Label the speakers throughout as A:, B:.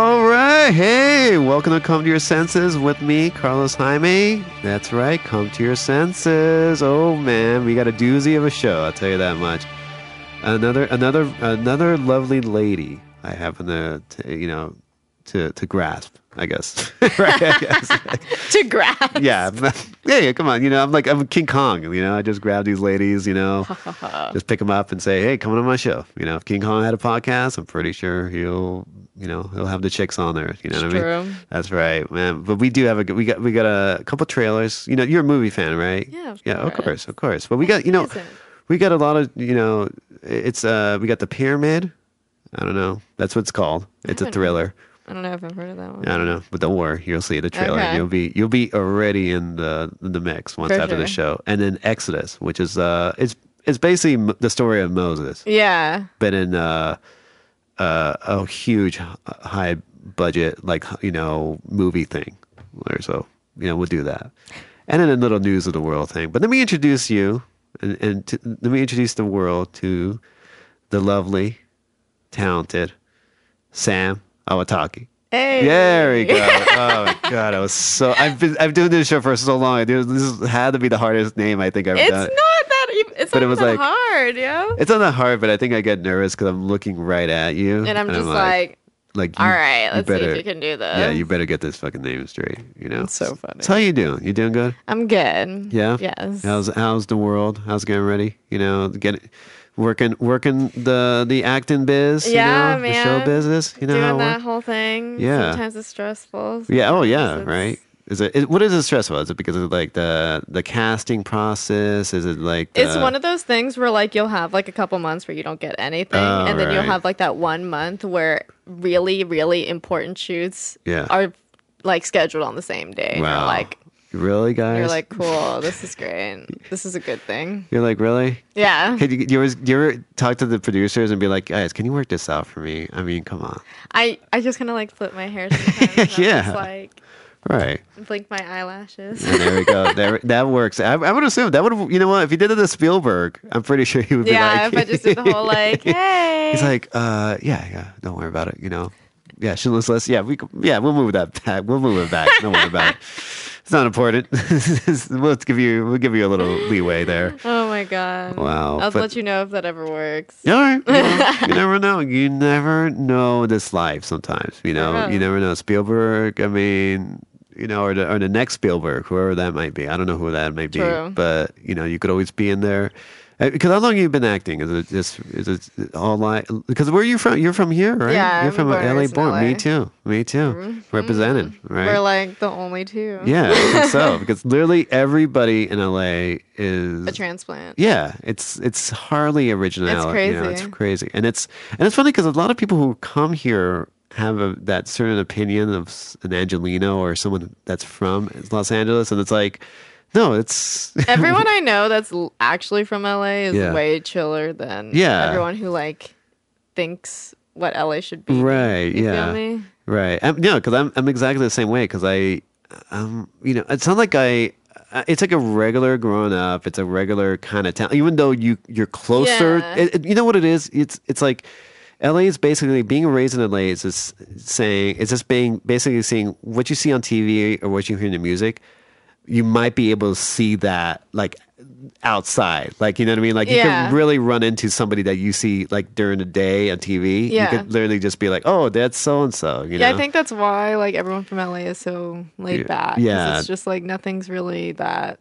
A: Hey, hey, welcome to Come to Your Senses with me, Carlos Jaime. That's right, Come to Your Senses. Oh man, we got a doozy of a show, I'll tell you that much. Another another another lovely lady I happen to, to you know to to grasp, I guess. right, I guess.
B: to grab.
A: yeah, yeah, yeah, come on. You know, I'm like I'm King Kong. You know, I just grab these ladies. You know, just pick them up and say, "Hey, come on my show." You know, if King Kong had a podcast, I'm pretty sure he'll, you know, he'll have the chicks on there. You know what I
B: true.
A: mean? That's right, man. But we do have a g- we got we got a couple trailers. You know, you're a movie fan, right?
B: Yeah, of
A: yeah, of
B: course.
A: course, of course. But we got you know,
B: isn't?
A: we got a lot of you know, it's uh, we got the pyramid. I don't know. That's what it's called. It's a
B: haven't-
A: thriller.
B: I don't know if I've heard of that one.
A: I don't know, but don't worry, you'll see the trailer.
B: Okay.
A: You'll be you'll be already in the in the mix once
B: For
A: after the
B: sure.
A: show, and then Exodus, which is uh, it's it's basically m- the story of Moses,
B: Yeah.
A: but in uh, uh, a huge h- high budget like you know movie thing, or so you know we'll do that, and then a little news of the world thing. But let me introduce you, and, and to, let me introduce the world to the lovely, talented Sam Awataki.
B: Hey.
A: There we go. Oh my god, I was so I've been I've doing this show for so long. Dude, this had to be the hardest name I think I've
B: It's
A: done.
B: not that. e- It's
A: But
B: not
A: it was
B: that
A: like-
B: hard, yo.
A: it's not that hard, but I think I get nervous because I'm looking right at you,
B: And I'm just like,
A: like,
B: all
A: you-
B: right,
A: you
B: let's see
A: better-
B: if you can do this.
A: Yeah, you better get this fucking name straight. You know,
B: It's so funny.
A: So how you doing? You doing good?
B: I'm good.
A: Yeah.
B: Yes.
A: How's how's the world? How's it getting ready? You know, getting working working the the acting biz.
B: Yeah,
A: you know, The show
B: man.
A: business. You know
B: Doing
A: how it
B: that
A: works?
B: whole thing.
A: Yeah.
B: Sometimes it's stressful.
A: Yeah. Oh, yeah.
B: it's-
A: Right. Is it, is- What is it stressful? Is it because of like the the casting process? Is it like the,
B: It's one of those things where like you'll have like a couple months where you don't get anything,
A: Oh,
B: and then you'll
A: right.
B: have like that one month where really, really important shoots
A: Yeah.
B: are like scheduled on the same day. And You're
A: Wow.
B: like
A: really guys?
B: you're like cool. This is great. This is a good thing.
A: You're like really?
B: Yeah,
A: Can you, do you always do you ever talk to the producers and be like, guys, can you work this out for me? I mean, come on.
B: I I just kind of like flip my hair sometimes. and I'm
A: Yeah.
B: just, like
A: Right.
B: blink my eyelashes.
A: And there we go. there, that works. I, I would assume that would you know what? If you did it to Spielberg, I'm pretty sure he would
B: yeah,
A: be like
B: if I just did the whole like, hey,
A: He's like, uh, yeah, yeah, don't worry about it. You know, yeah, shouldn't less. Yeah, we, c- yeah, we'll move that back. We'll move it back. Don't worry about it. It's not important. we'll give you, we'll give you a little leeway there.
B: oh my god,
A: Wow,
B: I'll
A: but-
B: let you know if that ever works.
A: All right. You, know, you never know. You never know this life sometimes, you know.
B: Uh-huh.
A: You never know. Spielberg, I mean, you know, or the or the next Spielberg, whoever that might be. I don't know who that may be.
B: True.
A: But, you know, you could always be in there. Uh, Because how long have you been acting? Is it just is it all like? Because where are you from? You're from here, right?
B: Yeah,
A: you're
B: I'm
A: from
B: born and
A: LA
B: raised in Mm-hmm.
A: born. Me
B: LA.
A: too. Me too. Represented, right?
B: We're like the only two.
A: yeah, I think so. Because literally everybody in LA is
B: a transplant.
A: yeah, it's it's hardly originality. You know,
B: crazy.
A: it's crazy, and it's and it's funny because a lot of people who come here have a, that certain opinion of s- an Angelino or someone that's from Los Angeles, and it's like, no, it's
B: Everyone I know that's l- actually from LA is
A: Yeah.
B: way chiller than
A: Yeah.
B: everyone who like thinks what LA should be.
A: right.
B: You
A: yeah,
B: feel me?
A: Right. Um, no, because I'm I'm exactly the same way. Because I, um, you know, it's not like I. I- It's like a regular grown up. It's a regular kind of town. Even though you you're closer,
B: Yeah.
A: it, it- you know what it is. It's it's like. LA is basically being raised in LA is just saying it's just being basically seeing what you see on TV or what you hear in the music. You might be able to see that like outside, like you know what I mean. Like you
B: Yeah.
A: can really run into somebody that you see like during the day on TV.
B: Yeah.
A: You could literally just be like, oh, that's so and so. You
B: Yeah,
A: know?
B: I think that's why like everyone from LA is so laid back. 'cause
A: yeah.
B: it's just like nothing's really that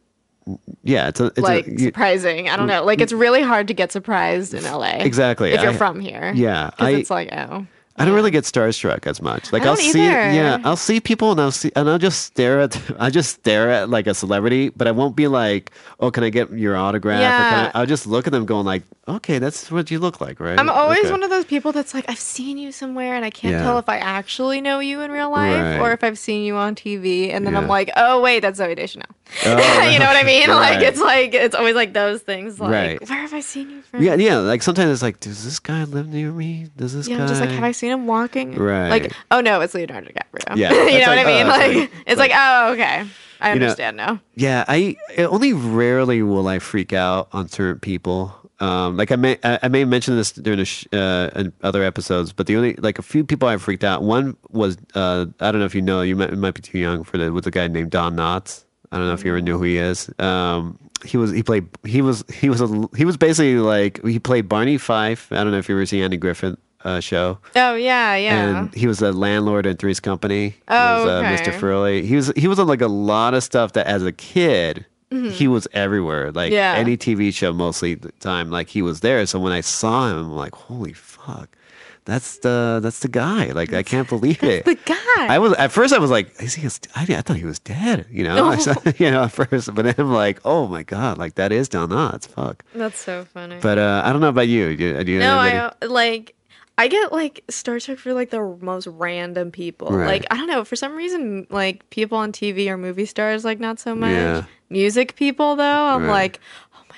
A: Yeah, it's a, it's
B: like
A: a, you-
B: surprising. I don't know. Like it's really hard to get surprised in LA.
A: Exactly.
B: If you're
A: I-
B: from here.
A: yeah,
B: Because
A: I-
B: it's like oh.
A: I don't really get starstruck as much. Like
B: I
A: will
B: don't
A: see,
B: either.
A: yeah, I'll see people and I'll see and I'll just stare at, I just stare at like a celebrity, but I won't be like, oh, can I get your autograph? Or can
B: Yeah.
A: I, I'll just look at them, going like, okay, that's what you look like, right?
B: I'm always
A: Okay.
B: one of those people that's like, I've seen you somewhere and I can't
A: Yeah.
B: tell if I actually know you in real life
A: Right.
B: or if I've seen you on TV. And then
A: Yeah.
B: I'm like, oh, wait, that's Zoe Deschanel.
A: Oh,
B: you know what I mean?
A: right.
B: Like, it's like, it's always like those things. Like,
A: Right.
B: where have I seen you from?
A: Yeah, yeah. Like sometimes it's like, does this guy live near me? Does this
B: Yeah,
A: guy?
B: I'm just like, have I seen him walking?
A: Right.
B: Like, oh no, it's Leonardo DiCaprio.
A: Yeah,
B: you know
A: it's
B: what
A: like,
B: I mean?
A: oh,
B: like,
A: it's like-
B: it's like, oh, okay. I
A: You know-
B: understand now.
A: Yeah, I only rarely will I freak out on certain people. Um, like I may I I may have mentioned this during the sh- uh, in other episodes, but the only like a few people I freaked out. One was uh, I don't know if you know you might, you might be too young for the with a guy named Don Knotts. I don't know if you ever knew who he is. Um, he was he played he was he was a, he was basically like he played Barney Fife. I don't know if you ever seen Andy Griffith uh, show
B: Oh yeah, yeah.
A: and he was a landlord in Three's Company. He
B: Oh,
A: was,
B: okay.
A: Mr. Furley. He was he was on like a lot of stuff that as a kid he was everywhere. Like
B: Mm-hmm. Yeah.
A: any TV show, mostly the time, like he was there. So when I saw him, I'm like, holy fuck, that's the that's the guy. Like I can't believe it.
B: the guy.
A: I was at first. I was like, is he? a st- I, I thought he was dead. You know,
B: Oh.
A: I saw- you know at first, but then I'm like, oh my god, like that is Don Knotts. Fuck.
B: That's so funny.
A: But uh, I don't know about you. Do, do you
B: no,
A: have any-
B: I like. I get like Star Trek for like the most random people.
A: Right.
B: Like I don't know for some reason like people on TV or movie stars like not so much.
A: Yeah.
B: Music people though, I'm
A: Right.
B: like, oh my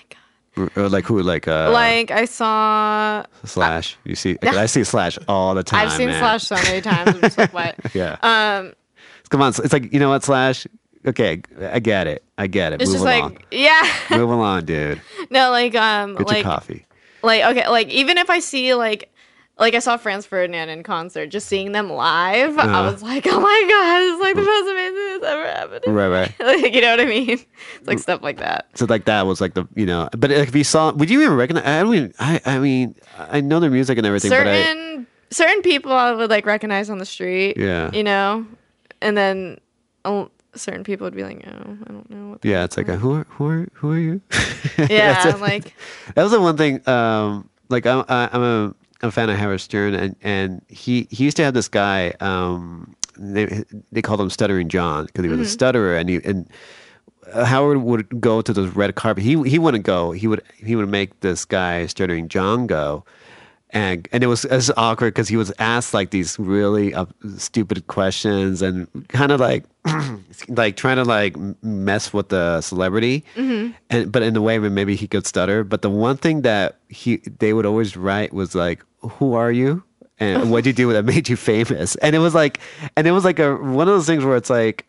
B: god.
A: or like who? Like uh,
B: like I saw
A: Slash. You see, 'cause I see Slash all the time.
B: I've seen
A: man.
B: Slash so many times. I'm just like, what?
A: Yeah. Um, Come on. It's like, you know what, Slash? Okay, I get it. I get it.
B: It's
A: Move
B: just
A: along.
B: like, yeah.
A: Move along, dude.
B: no, like um,
A: Get
B: like
A: your coffee.
B: like okay like even if i see like like i saw franz ferdinand in concert just seeing them live i
A: Uh-huh.
B: was like oh my god it's like the most amazing thing that's ever happened
A: Right, right.
B: like you know what i mean it's like stuff like that
A: So like that was like the you know, but like if you saw, would you even recognize? I don't. Even, I I mean, I know their music and everything, but
B: certain certain people i would like recognize on the street
A: Yeah.
B: you know and then oh, certain people would be like oh i don't know what
A: I yeah, it's like a, who are who are who are you?
B: yeah
A: That's it.
B: like
A: That was the one thing. Um, like I'm, I- I'm a, I'm a fan of Howard Stern, and and he he used to have this guy. Um, they they called him Stuttering John because he was a stutterer, and he and uh, Howard would go to the red carpet. He he wouldn't go. He would he would make this guy Stuttering John go. And, and it was as awkward because he was asked like these really uh, stupid questions and kind of like like trying to like m- mess with the celebrity and but in a way where maybe he could stutter but the one thing that he they would always write was like who are you and what would you do that made you famous and it was like and it was like a one of those things where it's like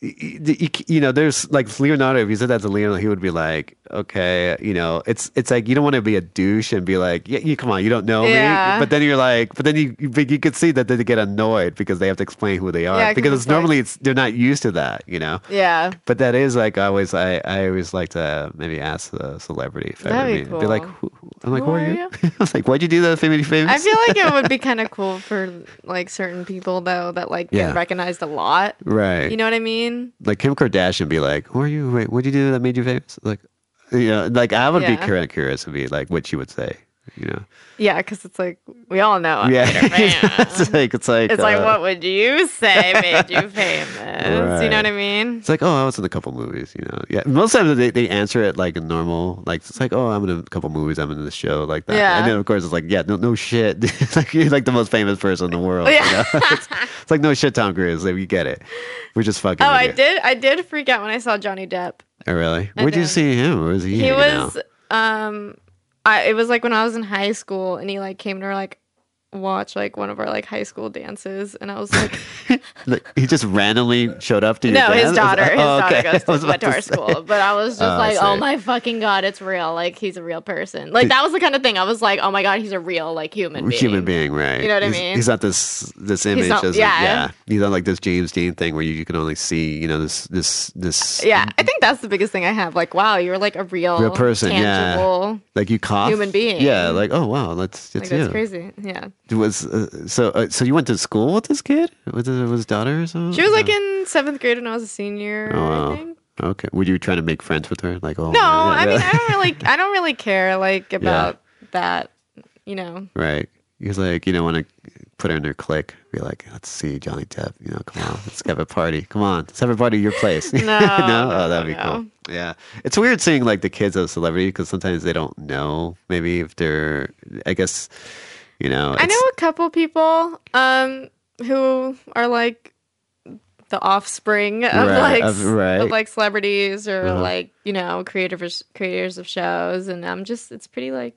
A: you, you, you know, there's like Leonardo. If you said that to Leonardo, he would be like, "Okay, you know, it's it's like you don't want to be a douche and be like, yeah, you come on, you don't know
B: Yeah.
A: me.' But then you're like, but then you you, but you could see that they get annoyed because they have to explain who they are
B: Yeah, 'cause
A: because
B: it's
A: it's normally it's they're not used to that, you know.
B: yeah
A: But that is like I always I, I always like to maybe ask the celebrity if I
B: That'd
A: ever
B: be
A: meet be like
B: cool.
A: who, I'm like who, are you? I was like why'd you do that? Famous, famous.
B: I feel like it would be kind of cool for like certain people though that like
A: Yeah.
B: get recognized a lot.
A: right.
B: You know what I mean?
A: like Kim Kardashian be like, "Who are you? Wait, what'd you do that made you famous?" Like, you know, like I would
B: Yeah.
A: be kind of curious to be like what she would say. You know,
B: Yeah, because it's like we all know. it.
A: yeah, it's like it's like
B: It's like,
A: uh,
B: what would you say made you famous? You know what I mean?
A: It's like, oh, I was in a couple movies, you know. Yeah, most times they, they answer it like normal, like it's like, oh, I'm in a couple movies, I'm in this show, like that.
B: Yeah.
A: And then of course it's like, yeah, no, no shit. it's like you're like the most famous person in the world.
B: Yeah.
A: you know? it's, it's like no shit, Tom Cruise. Like, you get it. We're just fucking.
B: Oh,
A: with
B: I
A: you.
B: did. I did freak out when I saw Johnny Depp.
A: Oh, really? Where'd you
B: did.
A: see him? Where was he?
B: He
A: hanging out?
B: was. Um, I it was like when I was in high school, and he like came to our like watch like one of our like high school dances, and I was like,
A: Like, he just randomly showed up to your
B: No, his
A: dance?
B: daughter. His
A: Oh, okay.
B: daughter
A: I
B: goes
A: was about
B: to, went to
A: to
B: our
A: say.
B: school. But I was just
A: Oh, I
B: like, oh
A: see.
B: my fucking god, it's real. Like he's a real person. Like that was the kind of thing I was like, oh my god, he's a real like human being.
A: Human being, right?
B: You know what I
A: He's-
B: mean?
A: He's not this this image.
B: not-
A: as a-
B: yeah.
A: yeah. He's not like this James Dean thing where you, you can only see, you know, this this this
B: Yeah, I think that's the biggest thing I have. Like, wow, you're like a real,
A: Real person, yeah.
B: tangible.
A: like you cough
B: Human being.
A: Yeah, like oh wow, let's
B: Like
A: it's
B: that's
A: you.
B: crazy. Yeah,
A: It Was uh, so uh, so you went to school with this kid? With his, with his daughter or something?
B: she was like in seventh grade when I was a senior.
A: Oh,
B: I
A: wow.
B: think.
A: Okay. Were you trying to make friends with her? Like oh
B: No,
A: yeah,
B: I mean,
A: yeah.
B: I don't really, I don't really care like about that. You know,
A: Right. He was like, you know, want to put her in her clique. Be like, let's see Johnny Depp. You know, come on, let's have a party. Come on, let's have a party at your place. No,
B: no,
A: oh, that'd be
B: no,
A: cool. Yeah, it's weird seeing like the kids of celebrity because sometimes they don't know. Maybe if they're, I guess, you know,
B: I
A: it's-
B: know a couple people um who are like the offspring of
A: Right,
B: like
A: of-
B: s-
A: right.
B: of, like celebrities or
A: Uh-huh.
B: like you know creators creators of shows, and I'm just it's pretty like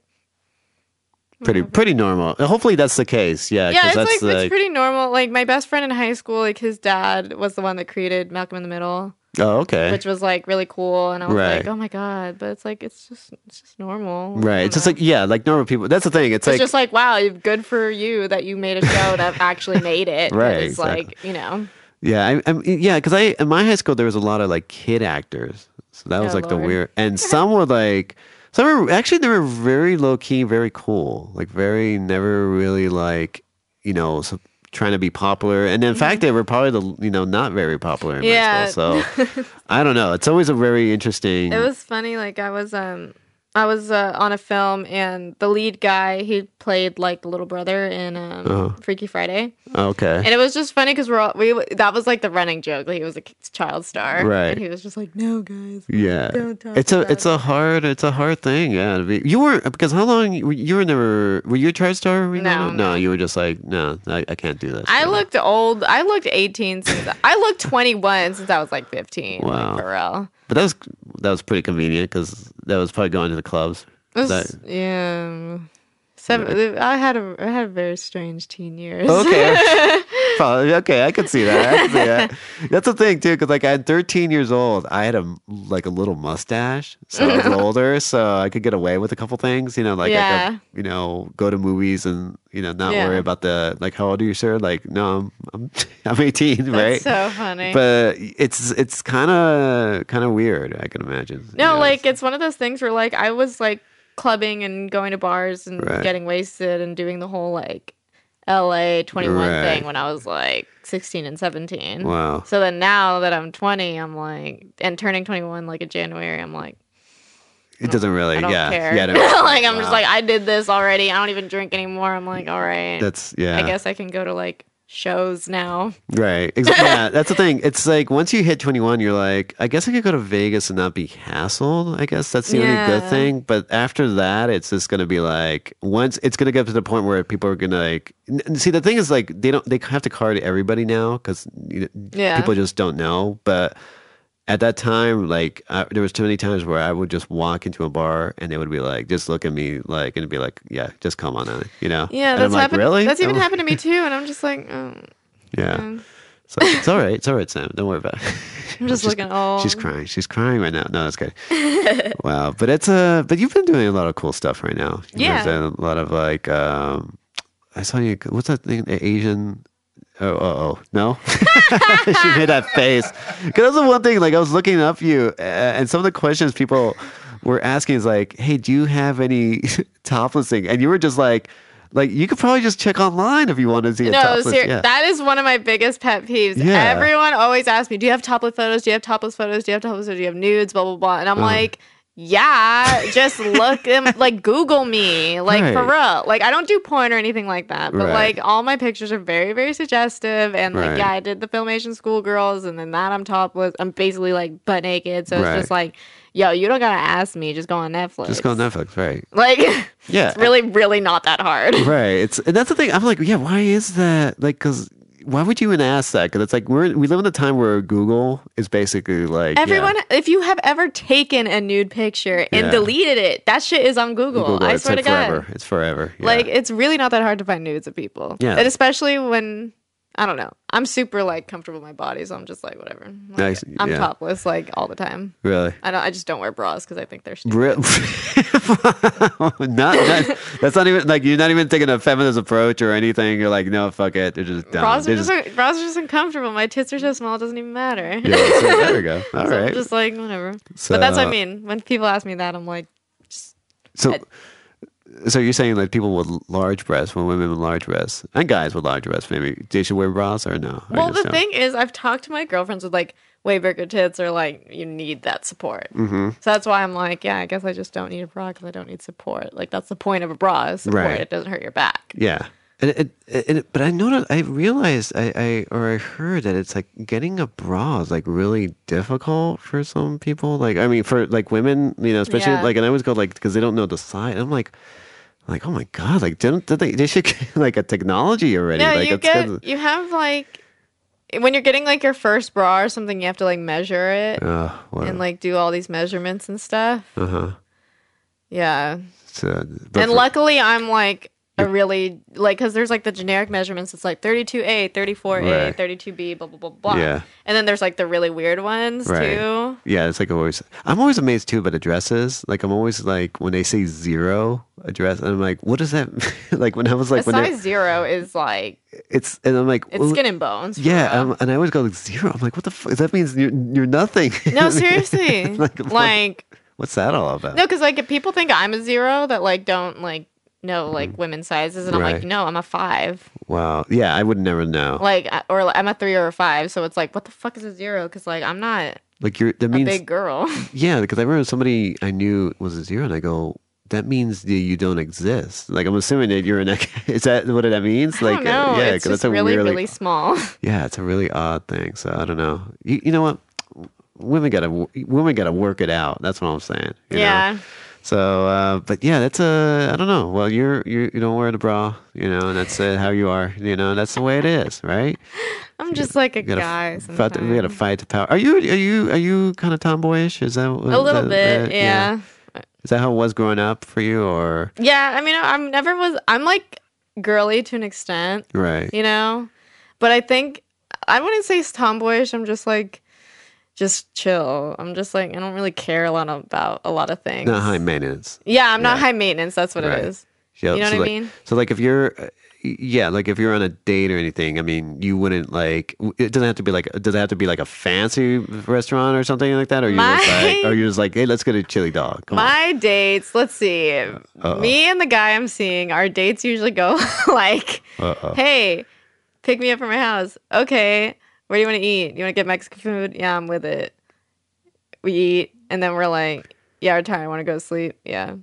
A: pretty pretty normal. Hopefully that's the case. Yeah,
B: yeah,
A: 'cause
B: it's like,
A: that's
B: it's pretty normal. Like my best friend in high school, like his dad was the one that created Malcolm in the Middle.
A: Oh, okay.
B: which was like really cool and i was
A: Right.
B: like oh my god but it's like it's just it's just normal I
A: right.
B: don't
A: It's just
B: know.
A: like yeah, like normal people. That's the thing. It's,
B: it's
A: like
B: just like wow you- good for you that you made a show that actually made it
A: Right,
B: it's
A: exactly.
B: like you know
A: yeah, I, I'm yeah, because I in my high school there was a lot of like kid actors, so that was
B: Oh,
A: like the
B: Lord.
A: weird. And some were like some were actually they were very low key, very cool, like very never really like you know s trying to be popular. And in fact, they were probably the you know not very popular in
B: Mm-hmm. Yeah.
A: high school. So I don't know. It's always a very interesting.
B: it was funny like i was um i was uh, on a film and the lead guy he played like the little brother in um,
A: Uh-huh.
B: freaky friday
A: okay.
B: and it was just funny because we're all we that was like the running joke that he was a child star
A: Right.
B: and he was just like no guys
A: Yeah,
B: Don't talk
A: it's a
B: about
A: it's a hard it's a hard thing. Yeah, to be, you were because how long you were never were you a TriStar? Were you
B: No,
A: not- no, you were just like no, I, I can't do this.
B: I looked old. I looked 18 since I looked 21 since I was like 15.
A: Wow.
B: Like, for real.
A: but that was that was pretty convenient because that was probably going to the clubs.
B: It was,
A: That-
B: yeah. Seven, I had a I had a very strange teen years.
A: okay, probably, okay, I could see that. I could see that. That's the thing too, because like at 13 years old, I had a like a little mustache, so I was older, so I could get away with a couple things. You know, like I
B: Yeah.
A: could, you know, go to movies and you know not
B: Yeah.
A: worry about the like how old are you, sir? Like no, I'm I'm, I'm 18, right?
B: That's so funny.
A: but it's it's kind of kind of weird. I can imagine.
B: no,
A: you know,
B: like it's one of those things where like I was like clubbing and going to bars and
A: Right.
B: getting wasted and doing the whole like LA 21
A: Right.
B: thing when I was like 16 and 17.
A: wow.
B: So then now that I'm 20, I'm like and turning 21 like in January, I'm like
A: It doesn't really.
B: I don't
A: yeah,
B: care.
A: yeah. I don't-
B: like I'm
A: wow.
B: just like I did this already. I don't even drink anymore. I'm like, all right.
A: That's yeah.
B: I guess I can go to like shows now.
A: Right. Ex- yeah, that's the thing. It's like once you hit 21, you're like, I guess I could go to Vegas and not be hassled. I guess that's the only good
B: Yeah.
A: thing. But after that, it's just going to be like, once it's going to get to the point where people are going to like, n- n- see, the thing is like, they don't, they have to card everybody now because you know,
B: Yeah.
A: people just don't know. But at that time, like I, there was too many times where I would just walk into a bar and they would be like, just look at me like, and be like, yeah, just come on in, you know?
B: Yeah,
A: and
B: that's
A: I'm like,
B: happened.
A: Really?
B: That's even
A: I'm-
B: happened to me too. And I'm just like, oh,
A: Yeah.
B: um,
A: So it's all right. It's all right, Sam. Don't worry about it.
B: I'm just looking oh. all.
A: She's crying. She's crying right now. No, that's good. wow. But it's a. But you've been doing a lot of cool stuff right now. You
B: Yeah.
A: There's a lot of like. Um, I saw you. What's that thing? A- Asian. Oh, oh, oh. No. she made that face. Because that's the one thing. Like I was looking up you, uh, and some of the questions people were asking is like, "Hey, do you have any top listing?" And you were just like. Like you could probably just check online if you want to see a
B: No,
A: topless.
B: ser-
A: yeah.
B: that is one of my biggest pet peeves.
A: Yeah.
B: Everyone always asks me, "Do you have topless photos? Do you have topless photos? Do you have topless photos? Do you have nudes?" Blah blah blah. And I'm like, "Yeah, just look them. Like Google me. Like for real. Like I don't do porn or anything like that. But
A: Right.
B: like all my pictures are very very suggestive. And like
A: Right.
B: yeah, I did the filmation schoolgirls, and then that I'm topless. I'm basically like butt naked. So
A: Right.
B: it's just like, yo, you don't gotta ask me. Just go on Netflix.
A: just go on Netflix, right?
B: Like
A: Yeah.
B: it's really really not that hard.
A: right it's and that's the thing i'm like yeah why is that like because why would you even ask that because it's like we're we live in a time where google is basically like yeah,
B: Everyone, if you have ever taken a nude picture and
A: Yeah.
B: deleted it, that shit is on Google.
A: google
B: I
A: it's
B: swear
A: like
B: to God.
A: forever it's forever yeah.
B: Like, it's really not that hard to find nudes of people.
A: Yeah.
B: And especially when, I don't know, I'm super, like, comfortable with my body, so I'm just like, whatever. Like,
A: Nice,
B: I'm
A: yeah.
B: topless, like, all the time.
A: really
B: I don't. I just don't wear bras because I think they're stupid.
A: Real, not, not- that's not even like you're not even taking a feminist approach or anything. You're like, no, fuck it. They're just dumb.
B: Bras
A: They're
B: are, just, bras are just uncomfortable. My tits are so small, it doesn't even matter.
A: yeah, so there we go. All
B: So I'm
A: right.
B: just like, whatever. but that's what
A: So-
B: I mean. When people ask me that, I'm like,
A: So, so you're saying like people with large breasts, when women with large breasts, and guys with large breasts, maybe they should wear bras or no? Or
B: Well,
A: you just
B: the
A: don't?
B: thing is, I've talked to my girlfriends with like way bigger tits, or like you need that support.
A: Mm-hmm.
B: So that's why I'm like, yeah, I guess I just don't need a bra because I don't need support. Like that's the point of a bra is support.
A: Right.
B: It doesn't hurt your back.
A: Yeah. And it, it, it, but I noticed, I realized, I, I or I heard that it's like getting a bra is like really difficult for some people. Like, I mean, for like women, you know, especially
B: Yeah.
A: like, and I always go like because they don't know the size. I'm like, like oh my god, like didn't did they they should get like a technology already?
B: Yeah,
A: like
B: you get you have like when you're getting like your first bra or something, you have to like measure it
A: uh, what,
B: and like do all these measurements and stuff.
A: uh-huh.
B: Yeah,
A: So, but
B: and
A: for-
B: luckily I'm like. a really like because there's like the generic measurements. It's like 32A, 34A,
A: Right.
B: 32B, blah blah blah blah.
A: Yeah.
B: And then there's like the really weird ones too.
A: Yeah, it's like always. I'm always amazed too about addresses. Like I'm always like when they say zero address, and I'm like, what does that? mean? like when I was like,
B: a
A: when
B: size
A: they
B: zero is like
A: it's and I'm like,
B: it's
A: well,
B: skin and bones. for
A: yeah,
B: real.
A: um, and I always go like zero. I'm like, what the fuck? That means you're you're nothing.
B: no, seriously.
A: Like,
B: like,
A: what- What's that all about?
B: no, because like if people think I'm a zero that like don't like know like women's sizes, and I'm
A: Mm-hmm. Right.
B: like, no, I'm a five.
A: Wow. Yeah, I would never know. Like,
B: Like I- or like, I'm a three or a five. So it's like, what the fuck is a zero? Because like I'm not
A: you're that
B: a
A: means
B: big girl.
A: yeah. Because I remember somebody I knew was a zero, and I go. That means that you don't exist. Like I'm assuming that you're an. Is that what that means?
B: I
A: like uh,
B: don't know.
A: yeah,
B: it's
A: 'cause
B: just really,
A: weird, like,
B: really small.
A: Yeah, it's a really odd thing. So I don't know. You, you know what? Women gotta women gotta work it out. That's what I'm saying. you know?
B: yeah.
A: So, uh, but yeah, that's a I don't know. Well, you're you you don't wear the bra, you know, and that's uh, how you are. You know, that's the way it is, right?
B: I'm just like a
A: We gotta
B: guy.
A: f- fight- we gotta
B: sometimes.
A: fight to power. Are you are you are you kind of tomboyish? Is that
B: a little bit. yeah.
A: Is that how it was growing up for you, or
B: Yeah, I mean, I'm never was. I'm like girly to an extent,
A: right?
B: you know. But I think I wouldn't say it's tomboyish. I'm just like, just chill. I'm just like I don't really care a lot about a lot of things.
A: Not high maintenance.
B: Yeah, I'm not
A: Yeah.
B: high maintenance. That's what
A: Right.
B: it is.
A: Yeah,
B: You know
A: so
B: what I
A: like,
B: mean?
A: So like if you're, uh, yeah, like if you're on a date or anything, I mean, you wouldn't like. w- It doesn't have to be like. Does it have to be like a fancy restaurant or something like that? Or you just like,
B: My-
A: or you're just like, hey, let's go to Chili Dog. Come on.
B: My dates. Let's see. Me and the guy I'm seeing, our dates usually go like,
A: Uh-oh.
B: "Hey, pick me up from my house. Okay, where do you want to eat? You want to get Mexican food? Yeah, I'm with it. We eat, and then we're like, yeah, we're tired. I want to go to sleep. Yeah,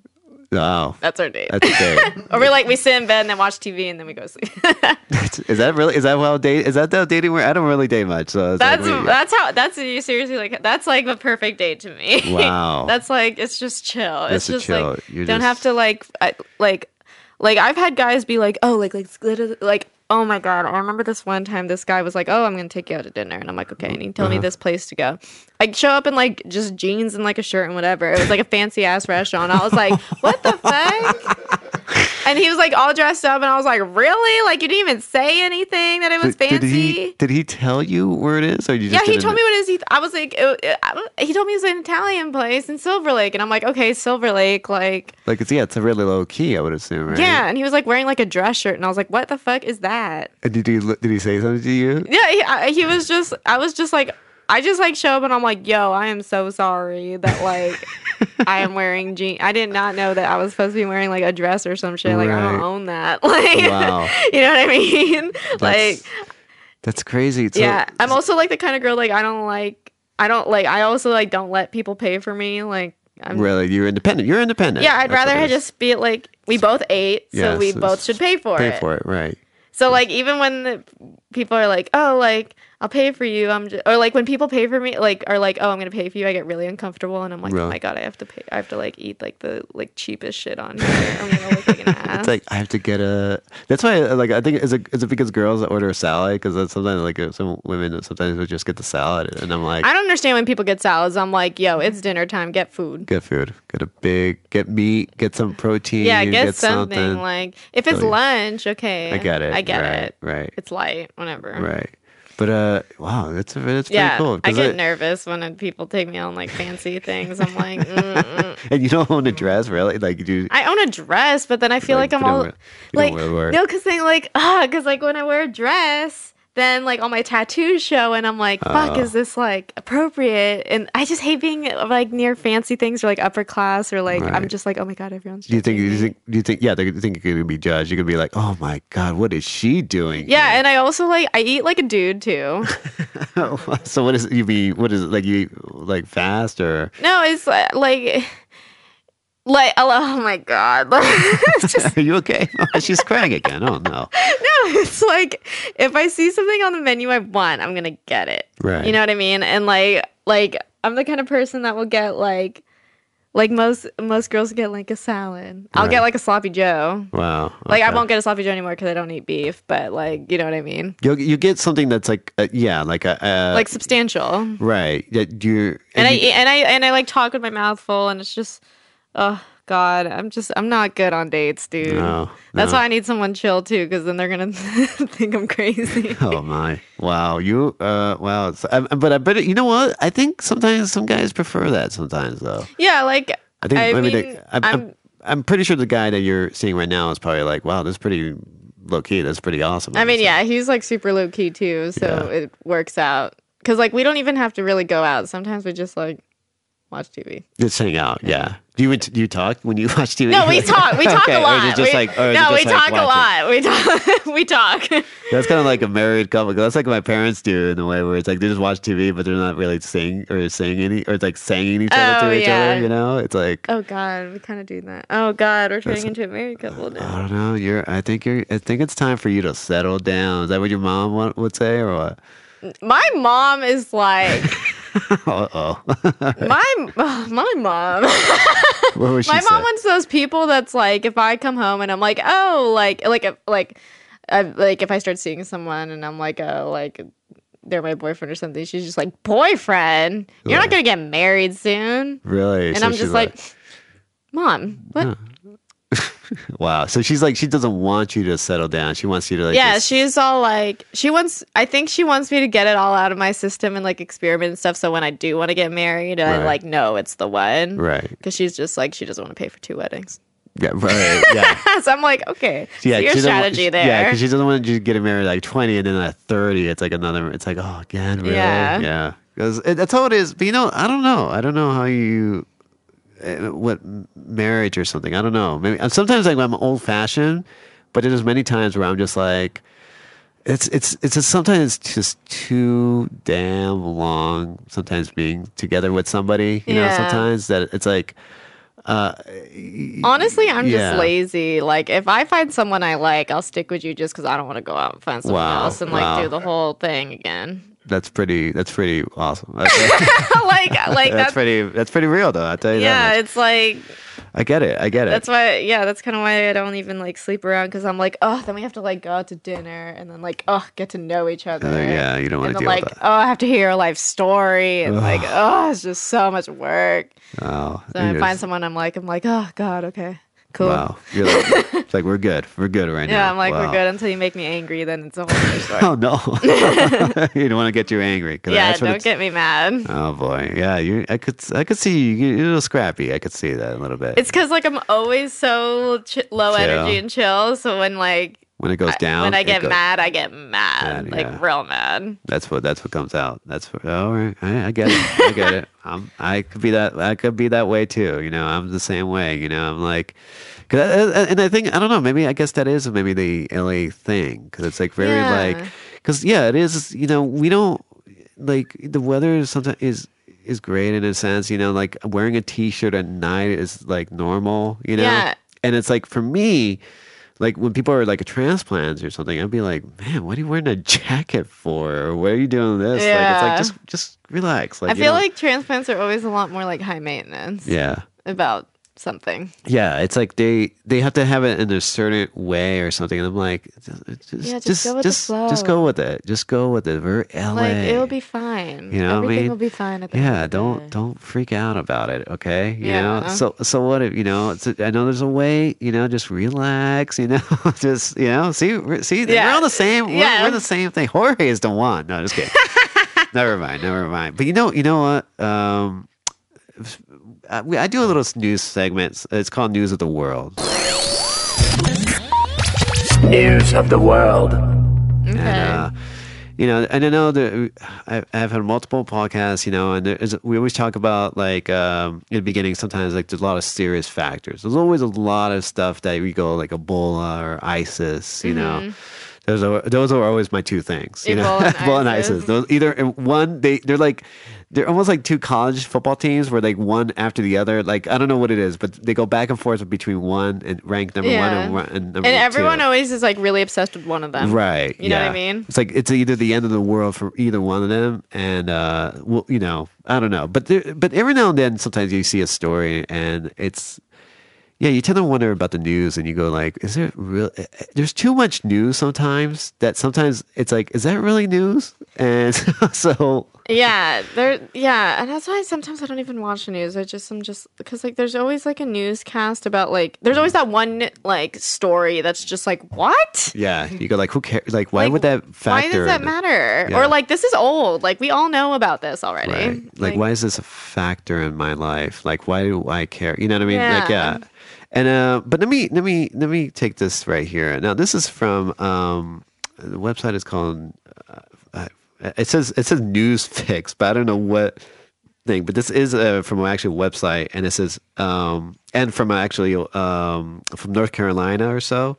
A: Wow,
B: that's our date.
A: that's a date.
B: or we're like, we sit in bed and then watch TV, and then we go to sleep.
A: That's- is that really? Is that how date? Is that how dating? Where I don't really date much. So it's like,
B: that's
A: wait,
B: that's how that's you seriously like that's like the perfect date to me.
A: Wow.
B: that's like it's just chill.
A: That's
B: It's
A: a
B: just
A: chill.
B: like
A: You're
B: don't
A: just-
B: have to like I, like like I've had guys be like, "Oh, like like literally- like oh my god, I remember this one time this guy was like, "Oh, I'm going to take you out to dinner." And I'm like, "Okay." And he told
A: Uh-huh.
B: me this place to go. I'd show up in like just jeans and like a shirt and whatever. It was like a fancy ass restaurant. I was like, "What the fuck?" And he was like all dressed up, and I was like, "Really? Like you didn't even say anything that it was
A: did,
B: fancy."
A: did he? Did he tell you where it is? Or you
B: Yeah,
A: just
B: he
A: didn't-
B: told me what it is. He th- I was like, it, it- I don't- he told me it was an Italian place in Silver Lake, and I'm like, okay, Silver Lake, like,
A: Like it's yeah, it's a really low key. I would assume. Right?
B: yeah. And he was like wearing like a dress shirt, and I was like, what the fuck is that?
A: And did he? Did he say something to you?
B: Yeah, he, I, he was just, I was just like, I just like show up, and I'm like, yo, I am so sorry that like I am wearing jeans. I did not know that I was supposed to be wearing like a dress or some shit. Like I don't
A: Right.
B: own that. Like,
A: Wow.
B: you know what I mean? like,
A: That's- that's crazy. So-
B: yeah, I'm also like the kind of girl like I don't like I don't like I also like don't let people pay for me like I'm
A: Really, you're independent. You're independent.
B: yeah
A: That's
B: I'd
A: what
B: rather
A: it is.
B: just be like we both ate so
A: Yes,
B: we
A: it's-
B: both should pay for
A: pay
B: it
A: for it, right?
B: so like even when the people are like oh like I'll pay for you I'm just, or like when people pay for me like are like oh I'm gonna pay for you I get really uncomfortable and I'm like
A: Really?
B: oh my god I have to pay I have to like eat like the like cheapest shit on here I'm gonna look like an ass
A: It's like I have to get a. That's why, like, I think is it is it because girls order a salad because that's sometimes like uh, some women sometimes would just get the salad and I'm like,
B: I don't understand when people get salads I'm like yo it's dinner time get food
A: get food, get a big, get meat, get some protein,
B: Yeah, get, something.
A: Like,
B: Like if it's
A: Really.
B: lunch, okay.
A: I get it.
B: I get
A: right,
B: it.
A: Right,
B: It's light, whatever.
A: right. But uh, wow, that's a- that's pretty
B: Yeah,
A: cool.
B: I
A: 'cause
B: get nervous when people take me on like fancy things. I'm like, mm-mm.
A: and you don't own a dress, really? Like you do.
B: I own a dress, but then I feel like,
A: you
B: I'm
A: don't
B: all
A: wear- you don't
B: like,
A: wear- wear-
B: no, because they like, ah, because like when I wear a dress, then like all my tattoos show, and I'm like, fuck,
A: Oh.
B: is this like appropriate? And I just hate being like near fancy things or like upper class or like I'm
A: Right.
B: just like, oh my god, everyone's.
A: Do you think? Do
B: judging
A: you
B: me.
A: think? Do you think? Yeah, they think you're gonna be judged. You're gonna be like, oh my god, what is she doing?
B: Yeah, and I also like I eat like a dude too.
A: so what is it? You be what is it like? You like fast or
B: No, it's uh, like, like oh my god, it's just
A: are you okay? Oh, she's crying again. Oh no!
B: no. It's like if I see something on the menu I want, I'm gonna get it.
A: Right.
B: You know what I mean? And like, like I'm the kind of person that will get like, like most most girls get like a salad. I'll
A: Right.
B: get like a sloppy joe.
A: Wow.
B: Like I
A: okay.
B: won't get a sloppy joe anymore because I don't eat beef. But like, you know what I mean?
A: You you get something that's like uh, yeah like a uh,
B: like substantial.
A: right that you
B: and I
A: you-
B: and I and I like talk with my mouth full, and it's just, oh God, I'm just I'm not good on dates, dude.
A: No,
B: That's
A: Oh, no.
B: why I need someone chill too, because then they're gonna think I'm crazy.
A: Oh my! Wow, you uh, wow. It's, I, but I bet you know what? I think sometimes some guys prefer that. Sometimes though,
B: yeah, like
A: I think
B: I
A: maybe
B: mean,
A: they, I'm, I'm
B: I'm-
A: I'm pretty sure the guy that you're seeing right now is probably like, wow, that's pretty low key. That's pretty awesome.
B: I mean, yeah, he's like super low key too, so it works out. Cause like we don't even have to really go out. Sometimes we just like watch TV.
A: just hang out. Yeah. Do you do you talk when you watch TV?
B: No, we talk. We talk
A: Okay,
B: a lot.
A: Or is it just
B: We-
A: like, or is it
B: no,
A: just
B: we
A: like
B: talk a
A: watching?
B: lot. We talk. we talk.
A: That's kind of like a married couple. That's like my parents do in a way where it's like they just watch TV, but they're not really sing or saying any or it's like singing each other
B: Oh,
A: to each
B: yeah.
A: other. You know, it's like
B: Oh God, we kind of do that. Oh God, we're turning into a married couple now.
A: I don't know. You're. I think you're. I think it's time for you to settle down. Is that what your mom wa- would say or what?
B: My mom is like
A: Uh oh.
B: my ugh, my mom.
A: what was she
B: my
A: say?
B: mom one's those people that's like if I come home and I'm like oh like like if like I, like if I start seeing someone and I'm like oh like they're my boyfriend or something. She's just like boyfriend. You're
A: Yeah.
B: not gonna get married soon.
A: really?
B: And
A: So
B: I'm
A: she's
B: just like, mom, what?
A: Hmm, wow. So she's like, she doesn't want you to settle down. She wants you to like.
B: yeah
A: just-
B: she's all like she wants i think she wants me to get it all out of my system and like experiment and stuff so when i do want to get married i
A: Right.
B: like know it's the one
A: Right.
B: because she's just like she doesn't want to pay for two weddings
A: Yeah. Right. Yeah.
B: so i'm like okay
A: Yeah,
B: so your
A: she doesn't want-
B: strategy
A: she- Yeah,
B: there
A: because she doesn't want you to get married like twenty, and then at thirty, it's like another. It's like, oh, again, really?
B: Yeah.
A: yeah. 'Cause it- that's how it is. But you know, I don't know. I don't know how you, eh, what m- marriage or something. I don't know. Maybe I'm sometimes like I'm old fashioned, but there's many times where I'm just like, it's it's it's just sometimes it's just too damn long. Sometimes being together with somebody, you know,
B: Yeah.
A: sometimes that it's like,
B: honestly i'm
A: Yeah.
B: just lazy like if i find someone i like i'll stick with you just because i don't want to go out and find someone
A: Wow,
B: else and like
A: wow.
B: do the whole thing again
A: that's pretty. That's pretty awesome. That's-
B: like like
A: that's
B: that's,
A: pretty. That's pretty real, though. I tell you
B: yeah
A: that.
B: it's like
A: much. I get it. I get it.
B: That's why, yeah, that's kind of why I don't even like sleep around because I'm like, oh, then we have to like go out to dinner and then like, oh, get to know each other.
A: Uh, yeah, you don't wanna
B: And then
A: deal with
B: like,
A: that.
B: oh, I have to hear a life story and like, oh, it's just so much work.
A: oh,
B: So I
A: you're-
B: find someone I'm like, I'm like, oh God, okay, cool.
A: Wow, you're like, it's like we're good. We're good right now.
B: Yeah, I'm like,
A: Wow.
B: we're good until you make me angry. Then it's a whole other story.
A: Oh no, you don't want to get you angry. 'cause
B: yeah,
A: that's what
B: don't
A: it's-
B: get me mad.
A: Oh boy, yeah, you. I could, I could see you. You're a little scrappy. I could see that a little bit.
B: It's because like I'm always so ch- low
A: Chill.
B: energy and chill. So when like
A: when it goes down,
B: when I
A: it
B: get
A: goes-
B: mad, I get mad,
A: Mad,
B: like
A: yeah.
B: real mad.
A: that's what that's what comes out. That's what, oh, all right. I, I get it. I get it. I'm, I could be that. I could be that way too. You know, I'm the same way. You know, I'm like, cause I, I- and I think I don't know. Maybe I guess that is maybe the LA thing because it's like very
B: Yeah.
A: like because yeah, it is. You know, we don't like the weather is sometimes is is great in a sense. You know, like wearing a t-shirt at night is like normal. You know,
B: Yeah.
A: and it's like for me like when people are like transplants or something i'd be like man what are you wearing a jacket for or why are you doing this
B: Yeah.
A: like it's like just just relax like
B: I
A: you
B: feel
A: don't-
B: like transplants are always a lot more like high maintenance
A: yeah
B: about something.
A: yeah it's like they they have to have it in a certain way or something and i'm like just
B: Yeah, just
A: just
B: go with the
A: just, just
B: flow.
A: go with it just go with it we're la
B: Like it'll be fine.
A: You know what I
B: Everything
A: mean?
B: will be fine at the end
A: yeah
B: of the
A: don't
B: day.
A: don't freak out about it okay you know
B: Yeah. uh-huh.
A: so so what if you know it's I know there's a way you know just relax you know just you know see we're, see we're
B: Yeah.
A: on the same we're,
B: Yeah.
A: we're the same thing jorge is the one no just kidding never mind never mind but you know you know what um I, we- I do a little news segment it's called news of the world
C: News of the world.
B: Okay.
A: And, uh, you know, and I know that I- I've had multiple podcasts, you know, and there's, we always talk about like um, in the beginning, sometimes like there's a lot of serious factors. There's always a lot of stuff that we go like Ebola or ISIS, you know. Those are those are always my two things, you know,
B: Mm-hmm. Ebola
A: Ebola and
B: and ISIS.
A: ISIS. Those either uh, one they they're like they're almost like two college football teams where like one after the other. Like I don't know what it is, but they go back and forth between one and rank number one
B: Yeah.
A: and, ra- and number
B: and everyone
A: two.
B: always is like really obsessed with one of them.
A: Right.
B: You know what I
A: yeah.
B: mean?
A: It's like it's either the end of the world for either one of them, and uh, well, you know, I don't know, but there, but every now and then, sometimes you see a story, and it's yeah, you tend to wonder about the news, and you go like, is it real? eh, eh, There's too much news sometimes that sometimes it's like, is that really news? And so
B: yeah, there. Yeah, and that's why sometimes I don't even watch the news. I just I'm just because like there's always like a newscast about like there's always that one like story that's just like what.
A: Yeah, you go like, who cares? Like, why
B: Like,
A: would that factor?
B: Why does that
A: in-
B: matter?
A: Yeah.
B: Or like this is old. Like we all know about this already.
A: Right. Like, why is this a factor in my life? Like, why do I care? You know what I mean? Like, yeah.
B: Yeah.
A: And uh, but let me let me let me take this right here. Now, this is from um, the website is called. Uh, uh, it says it says news fix, but I don't know what thing. But this is uh, from an actual website, and it says um, and from actually um, from North Carolina or so.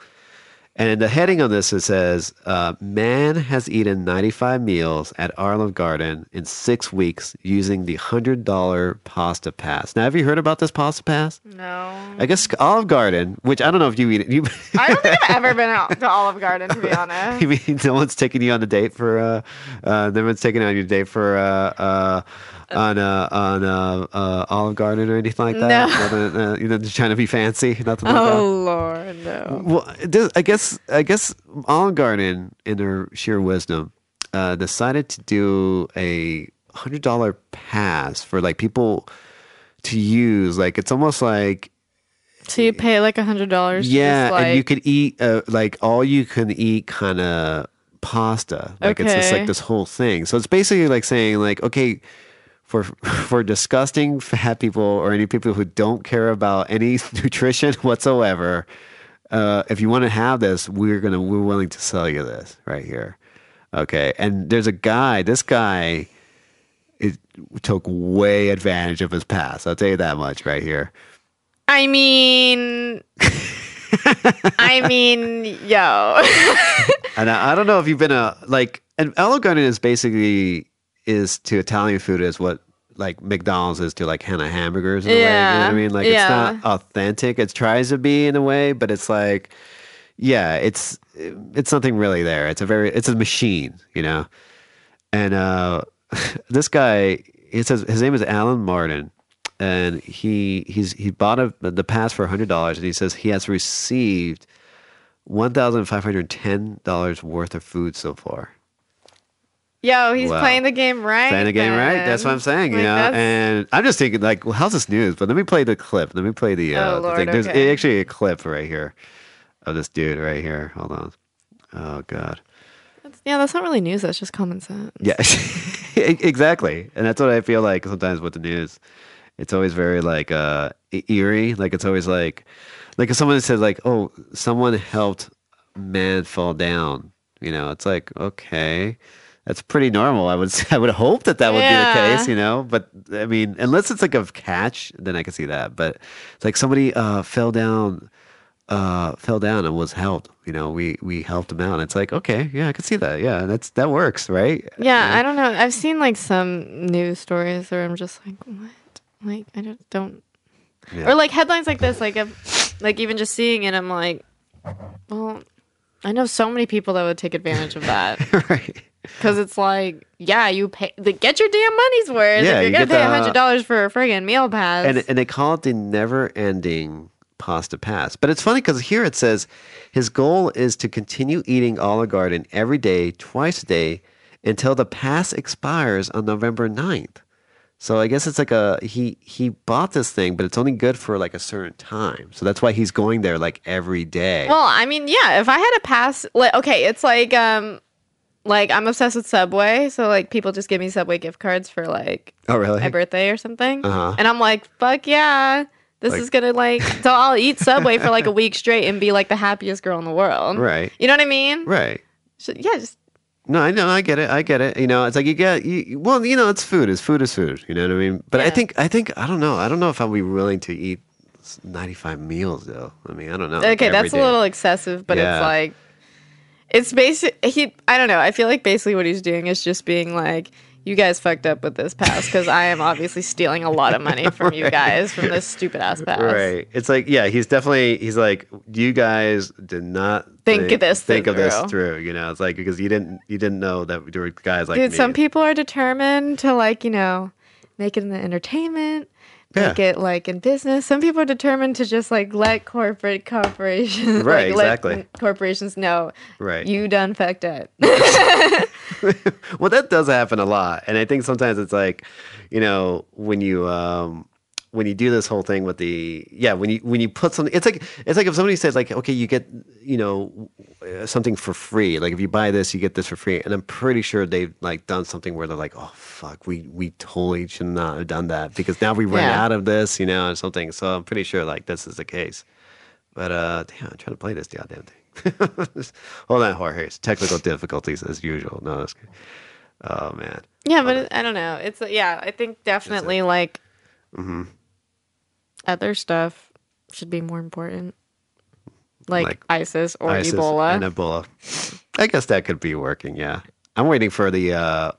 A: And the heading on this it says, uh, "Man has eaten 95 meals at Arlen Garden in six weeks using the hundred dollar pasta pass." Now, have you heard about this pasta pass?
B: Mm-hmm. No.
A: I guess Olive Garden, which I don't know if you eat it. You,
B: I don't think I've ever been out to Olive Garden to be honest.
A: you mean no one's taking you on a date for? Uh, uh, no one's taking you on your date for uh, uh, on uh, on uh, uh, Olive Garden or anything like that.
B: No.
A: Nothing, uh, you know, just trying to be fancy. Nothing like that.
B: Oh lord, no.
A: Well, it does- I guess I guess Olive Garden, in their sheer wisdom, uh, decided to do a hundred dollar pass for like people to use. Like it's almost like
B: So you pay like a hundred dollars.
A: yeah, and you could eat uh, like all you can eat kind of pasta. Like it's just
B: Okay.
A: like this whole thing. So it's basically like saying like okay. For, for disgusting fat people or any people who don't care about any nutrition whatsoever, uh, if you want to have this, we're gonna we're willing to sell you this right here. Okay, and there's a guy. This guy it took way advantage of his past. I'll tell you that much right here.
B: I mean, I mean, yo.
A: And I, I don't know if you've been a like and Olive Garden is basically is to Italian food is what like McDonald's is to like kind of hamburgers in a way. You know
B: Yeah.
A: what I mean? Like
B: Yeah.
A: it's not authentic. It tries to be in a way, but it's like yeah, it's it's nothing really there. It's a very it's a machine, you know. And uh this guy it says his name is Alan Martin. And he he's he bought a, the pass for hundred dollars, and he says he has received one thousand five hundred ten dollars worth of food so far.
B: Yo, he's
A: Wow.
B: playing the game right.
A: Playing the game right? That's what I'm saying. You
B: Like,
A: know,
B: that's-
A: and I'm just thinking like, well, how's this news? But let me play the clip. Let me play the, uh,
B: Oh,
A: the
B: Lord,
A: thing. There's
B: okay.
A: actually a clip right here of this dude right here. Hold on. Oh God.
B: That's- yeah, that's not really news. That's just common sense.
A: Yeah, e-, exactly. And that's what I feel like sometimes with the news. It's always very like uh, e- eerie. Like it's always like, like if someone says like, "Oh, someone helped man fall down," you know, it's like okay, that's pretty normal. I would I would hope that that would be the
B: Yeah.
A: case, you know. But I mean, unless it's like a catch, then I can see that. But it's like somebody uh, fell down uh, fell down and was helped. You know, we we helped him out. It's like, okay, yeah, I can see that. Yeah, that's that works, right?
B: Yeah, I don't know. I've seen like some news stories where I'm just like, what? Like, I don't, don't.
A: Yeah.
B: Or like headlines like this, like, if, like even just seeing it, I'm like, well, I know so many people that would take advantage of that
A: right.
B: because it's like, yeah, you pay, like, get your damn money's worth.
A: Yeah,
B: if
A: you
B: you're gonna
A: get
B: pay
A: the-
B: a hundred dollars for a friggin' meal pass.
A: And and they call it the never ending pasta pass. But it's funny because here it says his goal is to continue eating Olive Garden every day, twice a day, until the pass expires on November 9th. So I guess it's like a he he bought this thing, but it's only good for like a certain time. So that's why he's going there like every day.
B: Well, I mean, yeah, if I had a pass, like, okay, it's like, um, like I'm obsessed with Subway, so like people just give me Subway gift cards for like
A: oh really?
B: my birthday or something,
A: Uh-huh.
B: and I'm like, fuck yeah, this
A: Like-
B: is gonna like, so I'll eat Subway for like a week straight and be like the happiest girl in the world,
A: Right.
B: You know what I mean?
A: Right.
B: So, yeah, just
A: No, I know, I get it, I get it. You know, it's like you get, you, you- well, you know, it's food. It's food is food. You know what I mean? But I
B: Yeah.
A: think, I think, I don't know, I don't know if I'll be willing to eat ninety five meals though. I mean, I don't know. like,
B: okay,
A: every
B: that's
A: day.
B: a little excessive, but
A: Yeah.
B: it's like it's basic. He, I don't know. I feel like basically what he's doing is just being like, "You guys fucked up with this pass because I am obviously stealing a lot of money from you guys from this stupid ass pass."
A: Right. It's like, yeah, he's definitely, he's like, you guys did not
B: Think of this
A: think of this
B: through.
A: through. You know, it's like because you didn't, you didn't know that there were guys like
B: Dude,
A: me.
B: some people are determined to like you know make it in the entertainment,
A: Yeah.
B: Make it like in business. Some people are determined to just like let corporate corporations,
A: Right,
B: like, let
A: exactly.
B: corporations know
A: Right.
B: you done fucked up.
A: well that does happen a lot and i think sometimes it's like you know when you um when you do this whole thing with the yeah when you when you put something it's like it's like if somebody says like okay you get you know uh, something for free like if you buy this you get this for free and i'm pretty sure they've like done something where they're like oh fuck we we totally should not have done that because now we run
B: Yeah.
A: out of this you know or something so i'm pretty sure like this is the case but uh damn i'm trying to play this goddamn thing hold on Jorge. It's technical difficulties as usual no that's good Oh man.
B: yeah, but it- I don't know. It's yeah, I think definitely like
A: Mm-hmm.
B: other stuff should be more important. Like,
A: Like
B: ISIS or
A: ISIS
B: Ebola.
A: and Ebola. I guess that could be working, yeah. I'm waiting for the uh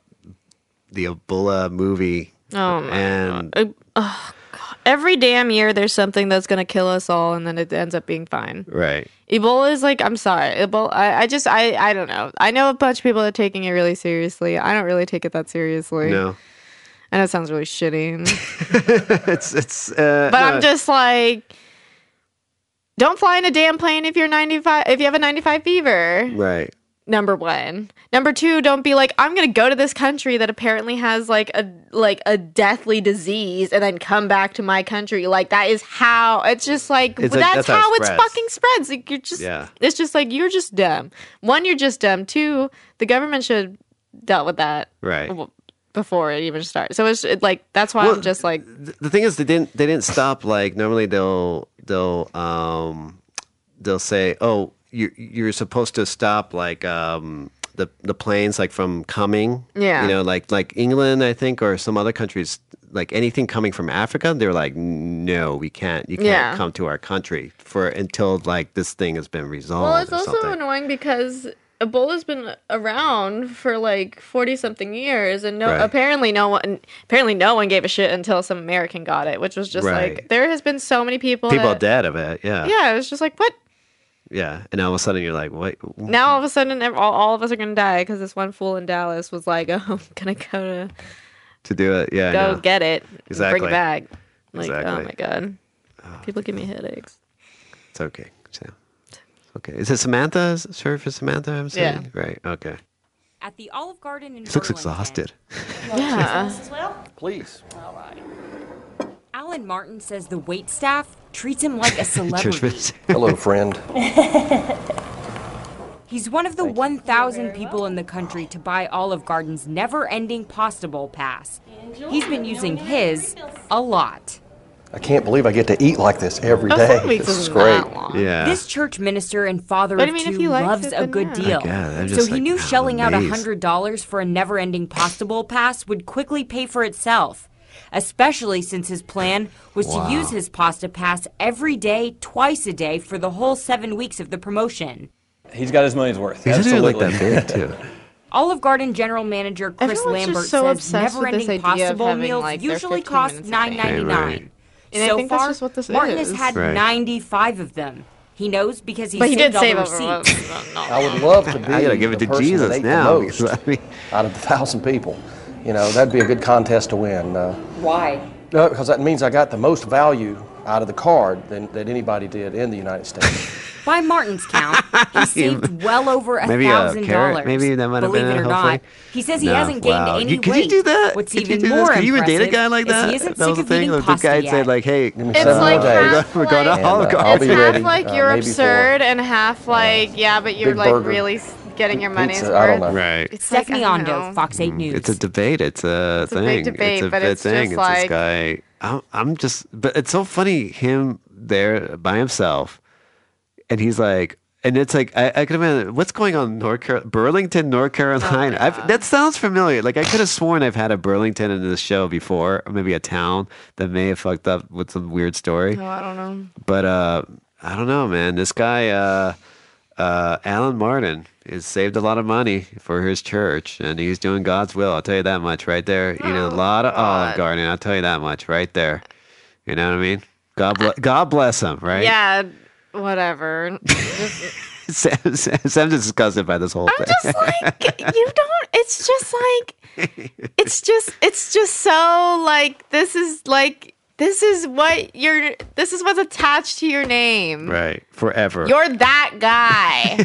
A: the Ebola movie.
B: Oh, my
A: and
B: Uh, ugh, God. Every damn year, there's something that's gonna kill us all, and then it ends up being fine.
A: right.
B: Ebola is like, I'm sorry, Ebola. I, I just, I, I don't know. I know a bunch of people that are taking it really seriously. I don't really take it that seriously.
A: No.
B: I know it sounds really shitty,
A: it's it's uh
B: but
A: no,
B: I'm just like, don't fly in a damn plane if you're 95. If you have a 95 fever,
A: right.
B: number one. Number two, don't be like, I'm gonna go to this country that apparently has like a like a deathly disease and then come back to my country. Like that is how it's just like
A: It's like-
B: that's,
A: that's how it
B: how it's
A: spreads.
B: fucking spreads. Like you're just
A: Yeah.
B: it's just like you're just dumb. One, you're just dumb. Two, the government should have dealt with that
A: Right.
B: w- before it even starts. So it's it, like that's why
A: Well,
B: I'm just like
A: Th- the thing is they didn't they didn't stop like normally they'll they'll um they'll say, "Oh, you you're supposed to stop like um the, the planes like from coming
B: Yeah.
A: you know like like england i think or some other countries like anything coming from africa they're like no we can't you can't
B: Yeah.
A: come to our country for until like this thing has been resolved
B: Well, it's
A: or
B: also
A: something.
B: annoying because Ebola's been around for like forty something years, and no,
A: Right.
B: apparently no one, apparently no one gave a shit until some American got it, which was just
A: Right.
B: like there has been so many people.
A: people are
B: that,
A: dead of it yeah
B: Yeah, it's just like what?
A: yeah and all of a sudden you're like wait
B: Now all of a sudden, ev- all, all of us are gonna die because this one fool in Dallas was like, "Oh, I'm gonna go to
A: to do it yeah I
B: go
A: know.
B: get it, and
A: Exactly.
B: bring it back." Like, oh
A: Exactly. Ah.
B: my god, people give me headaches.
A: It's okay. So, okay. Is it Samantha? Is it Serve for Samantha? I'm saying. Right. Okay.
D: At the Olive Garden in
A: She looks
D: Burlington,
A: exhausted.
B: Yeah,
D: As well,
E: Please.
D: Alan Martin says the wait staff treats him like a celebrity.
A: Judgment.
E: Hello, friend.
D: He's one of the 1,000 people in the country to buy Olive Garden's never-ending pasta bowl pass. He's been using his a lot.
E: I can't believe I get to eat like this every
B: Oh,
E: day.
B: four weeks
E: this
B: is
E: is great.
B: not long.
A: yeah.
D: This church minister and father
B: But I
D: of
B: mean,
D: two
B: if he likes
D: loves
B: it,
D: a
B: then
D: good
B: yeah.
D: deal.
A: God, I'm
D: so
A: just,
D: he
A: like, "Oh,
D: knew shelling out
A: amazed.
D: hundred dollars for a never-ending pasta bowl pass would quickly pay for itself, especially since his plan was to use his pasta pass every day, twice a day, for the whole seven weeks of the promotion.
F: He's got his money's worth.
A: He's actually like
F: Absolutely.
A: that big too.
D: Olive Garden general manager Chris
B: Everyone's just
D: Lambert
B: so
D: says
B: obsessed with this
D: never-ending
B: idea
D: pasta
B: of
D: bowl
B: having,
D: meals
B: like, their
D: usually
B: 15
D: cost
B: minutes a day.
D: nine ninety
A: Right, right.
D: nine.
B: And I
D: so
B: think that's
D: far,
B: just what this
D: Martin
B: is.
D: has had
A: Right.
D: ninety five of them. He knows because he
B: but he
D: saved
B: did
D: all
B: save
D: the
B: up.
D: receipts.
E: I would love to be.
A: I gotta give it
E: the
A: to
E: person that
A: Jesus
E: ate the
A: now,
E: most
A: because, I mean-
E: out of a thousand people, you know, that'd be a good contest to win. Uh,
D: Why?
E: no, because that means I got the most value out of the card than that anybody did in the United States.
D: By Martin's count, he saved well over a
A: Maybe a
D: thousand
A: carrot?
D: dollars.
A: Maybe that might have
D: Believe
A: been
D: it
A: it,
D: or
A: hopefully.
D: not, he says he
A: No.
D: hasn't gained
A: Wow.
D: any
A: You- could
D: weight.
A: you do that?
D: What's
A: Could you
D: even
A: do this?
D: more
A: Could you even date a
D: impressive
A: guy like
D: is
A: that?
D: he isn't
A: that was the
D: sick of
A: thing.
D: eating
A: Like, the
D: pasta
A: guy
D: yet.
A: said, like, "Hey, uh,
E: me
B: It's
E: seven
B: like
E: more days.
B: half
A: we're going to
B: like-
A: Olive
E: And, uh, I'll
B: it's
A: Garden."
E: be
B: half
E: ready,
B: like
E: uh,
B: you're
E: maybe for
B: absurd and half like yeah, but you're
E: Big
B: like
E: Burger.
B: really s- getting your money's
E: Pizza, I
B: worth.
E: don't know.
A: Right.
B: like,
D: Stephanie
B: I don't know.
D: Ondo, Fox 8 News.
A: Mm, It's a debate. It's a
B: a
A: thing.
B: big debate,
A: it's a
B: but
A: big
B: it's just
A: thing. it's
B: like-
A: this guy. I'm, I'm just, but it's so funny him there by himself, and he's like, and it's like I, I can imagine what's going on in North Car- Burlington, North Carolina.
B: Oh,
A: I've, that sounds familiar. Like I could have sworn I've had a Burlington in this show before, or maybe a town that may have fucked up with some weird story
B: No, Oh, I don't know.
A: but uh, I don't know, man. This guy, uh, uh, Alan Martin, has saved a lot of money for his church, and he's doing God's will. I'll tell you that much right there. Eating
B: Oh,
A: a lot of Olive Garden. I'll tell you that much right there. You know what I mean? God, ble- God bless him, right?
B: Yeah, whatever. Just-
A: Sam, Sam, Sam's disgusted by this whole
B: I'm
A: thing.
B: just like you don't. It's just like it's just it's just so like this is like This is what you're. This is what's attached to your name.
A: Right. Forever.
B: You're that guy.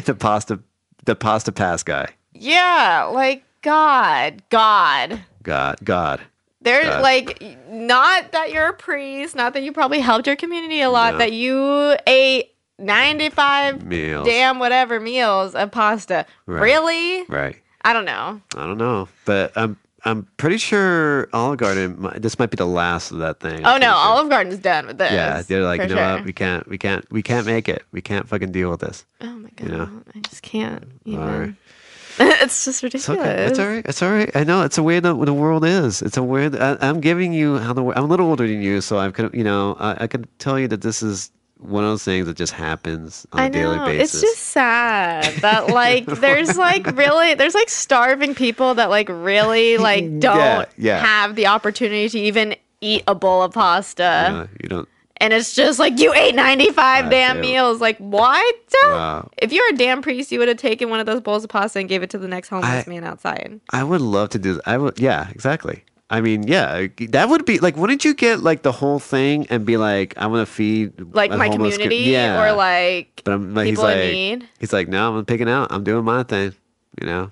A: the pasta the pasta pass guy.
B: yeah, like God, God.
A: God. God.
B: They're
A: God.
B: like not that you're a priest, not that you probably helped your community a lot, that you ate 95
A: Meals.
B: damn whatever meals of pasta.
A: Right.
B: Really?
A: Right.
B: I don't know.
A: I don't know. But I'm I'm pretty sure Olive Garden might, this might be the last of that thing.
B: Oh
A: I'm pretty
B: no,
A: sure.
B: Olive Garden's done with this.
A: Yeah, they're like,
B: for
A: you know
B: sure.
A: what? We can't, we can't, we can't make it. We can't fucking deal with this.
B: Oh my god,
A: you know?
B: I just can't. Even.
A: Alright.
B: it's just
A: It's
B: ridiculous.
A: okay. It's all right. It's all right. I know it's a way that the world is. It's a weird. I, I'm giving you how the. wor- I'm a little older than you, so I could, you know, I, I could tell you that this is one of those things that just happens on a
B: I
A: daily
B: know.
A: basis.
B: It's just sad that like there's like really there's like starving people that like really like don't
A: yeah.
B: have the opportunity to even eat a bowl of pasta.
A: you, know, you don't.
B: And it's just like you ate 95 damn
A: do.
B: meals. Like what?
A: Wow.
B: If you're a damn priest, you would have taken one of those bowls of pasta and gave it to the next homeless
A: I-
B: man outside.
A: I would love to do. th- I would. Yeah, exactly. I mean, yeah, that would be like. Wouldn't you get like the whole thing and be like, I'm gonna feed
B: Like
A: a
B: my
A: homeless co-
B: community
A: yeah.
B: or like
A: But I'm like, he's
B: people in
A: like,
B: need.
A: he's like, no, I'm picking out. I'm doing my thing. You know,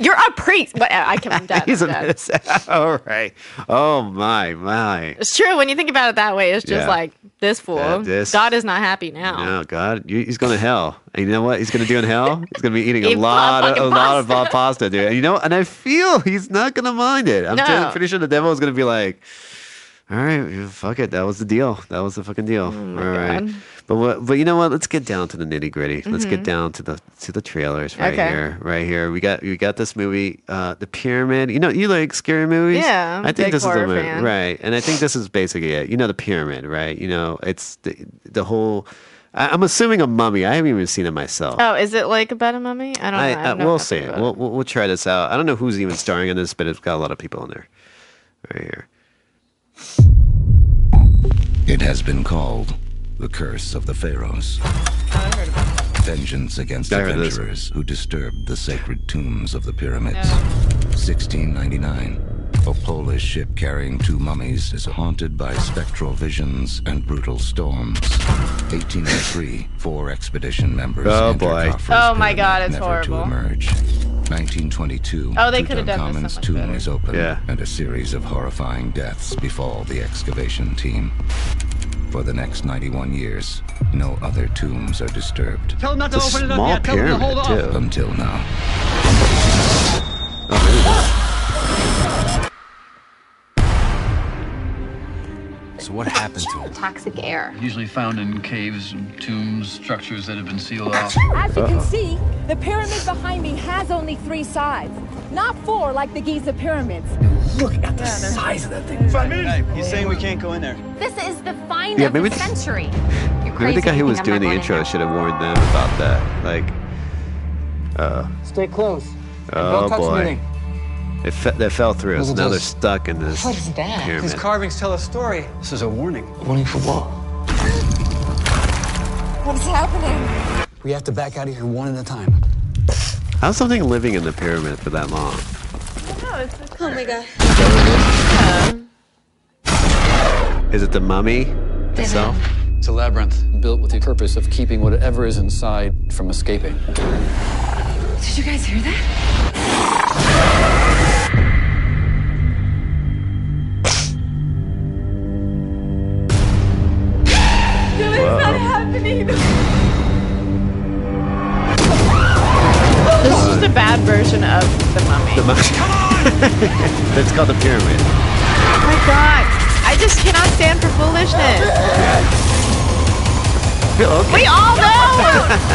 B: You're a priest. What? I can. I'm done.
A: he's
B: I'm
A: a
B: done.
A: mess. All right. Oh my my.
B: It's true when you think about it that way. It's just
A: Yeah.
B: like this fool.
A: Yeah, this-
B: God is not happy now.
A: No, God, you- he's going to hell. And you know what he's going to do in hell? He's going to be eating a
B: Eat
A: lot, of,
B: fucking
A: a lot of hot pasta, dude. And you know, and I feel he's not going to mind it. I'm
B: No.
A: just pretty sure the devil is going to be like, "All right, yeah, fuck it. That was the deal. That was the fucking deal. All right."
B: Oh God. Mm-hmm.
A: But what, but you know what? Let's get down to the nitty gritty. Let's get down to the to the trailers right
B: Okay.
A: here, right here. We got we got this movie, uh, the Pyramid. You know, you like scary movies.
B: Yeah, I'm a
A: I think
B: big
A: this is the
B: horror
A: movie,
B: fan.
A: right? Right, and I think this is basically it. You know, the pyramid, right? You know, it's the the whole. I, I'm assuming a mummy. I haven't even seen it myself.
B: Oh, is it like about a mummy? I don't know.
A: I,
B: don't
A: I,
B: know
A: we'll
B: nothing
A: see. it.
B: about it.
A: We'll, we'll we'll try this out. I don't know who's even starring in this, but it's got a lot of people in there. Right here.
F: It has been called the Curse of the Pharaohs. Vengeance against
A: I heard this.
F: adventurers who disturbed the sacred tombs of the pyramids. 1699. A Polish ship carrying two mummies is haunted by spectral visions and brutal storms. 1803. Four expedition members.
A: Oh,
F: entered
A: boy.
F: Khafre's
B: Oh, my
F: pyramid,
B: God, it's
F: never
B: horrible.
F: To emerge. 1922.
B: Oh, they could've done this
F: Tutankhamen's
B: so much
F: tomb
B: better.
F: is opened,
A: Yeah.
F: and a series of horrifying deaths befall the excavation team. For the next 91 years, no other tombs are disturbed
G: Tell him not to
A: It's a
G: open it up
A: small
G: yet. Tell him to
A: pyramid,
G: hold off.
A: too.
F: until now.
H: So what happened to him?
I: toxic air.
G: Usually found in caves and tombs, structures that have been sealed off.
J: As you
A: Oh.
J: can see, the pyramid behind me has only three sides, not four like the Giza pyramids.
G: He's saying we can't go in there.
I: This is the find
A: Yeah,
I: of
A: maybe
I: the
A: th-
I: century. You're
A: Maybe
I: crazy
A: the guy
I: to
A: who
I: think
A: was
I: I'm
A: doing
I: not
A: the
I: going in
A: intro
I: there.
A: should have warned them about that. Like,
K: Stay close.
A: oh
K: touch
A: boy,
K: anything.
A: it fe- they fell through. So
K: Look at
A: now they're
K: this.
A: stuck in this
K: What is that?
A: pyramid.
G: carvings tell a story. This is a warning.
K: Warning for what?
J: What's happening?
K: We have to back out of here one at a time.
A: How's something living in the pyramid for that long?
J: Oh my god.
A: Um, Is it the mummy itself?
G: It's a labyrinth built with the purpose of keeping whatever is inside from escaping.
I: Did you guys hear that?
B: This is just a bad version of the mummy.
A: The mummy. That's called the pyramid.
B: oh my god, I just cannot stand for foolishness.
A: Okay.
B: We all know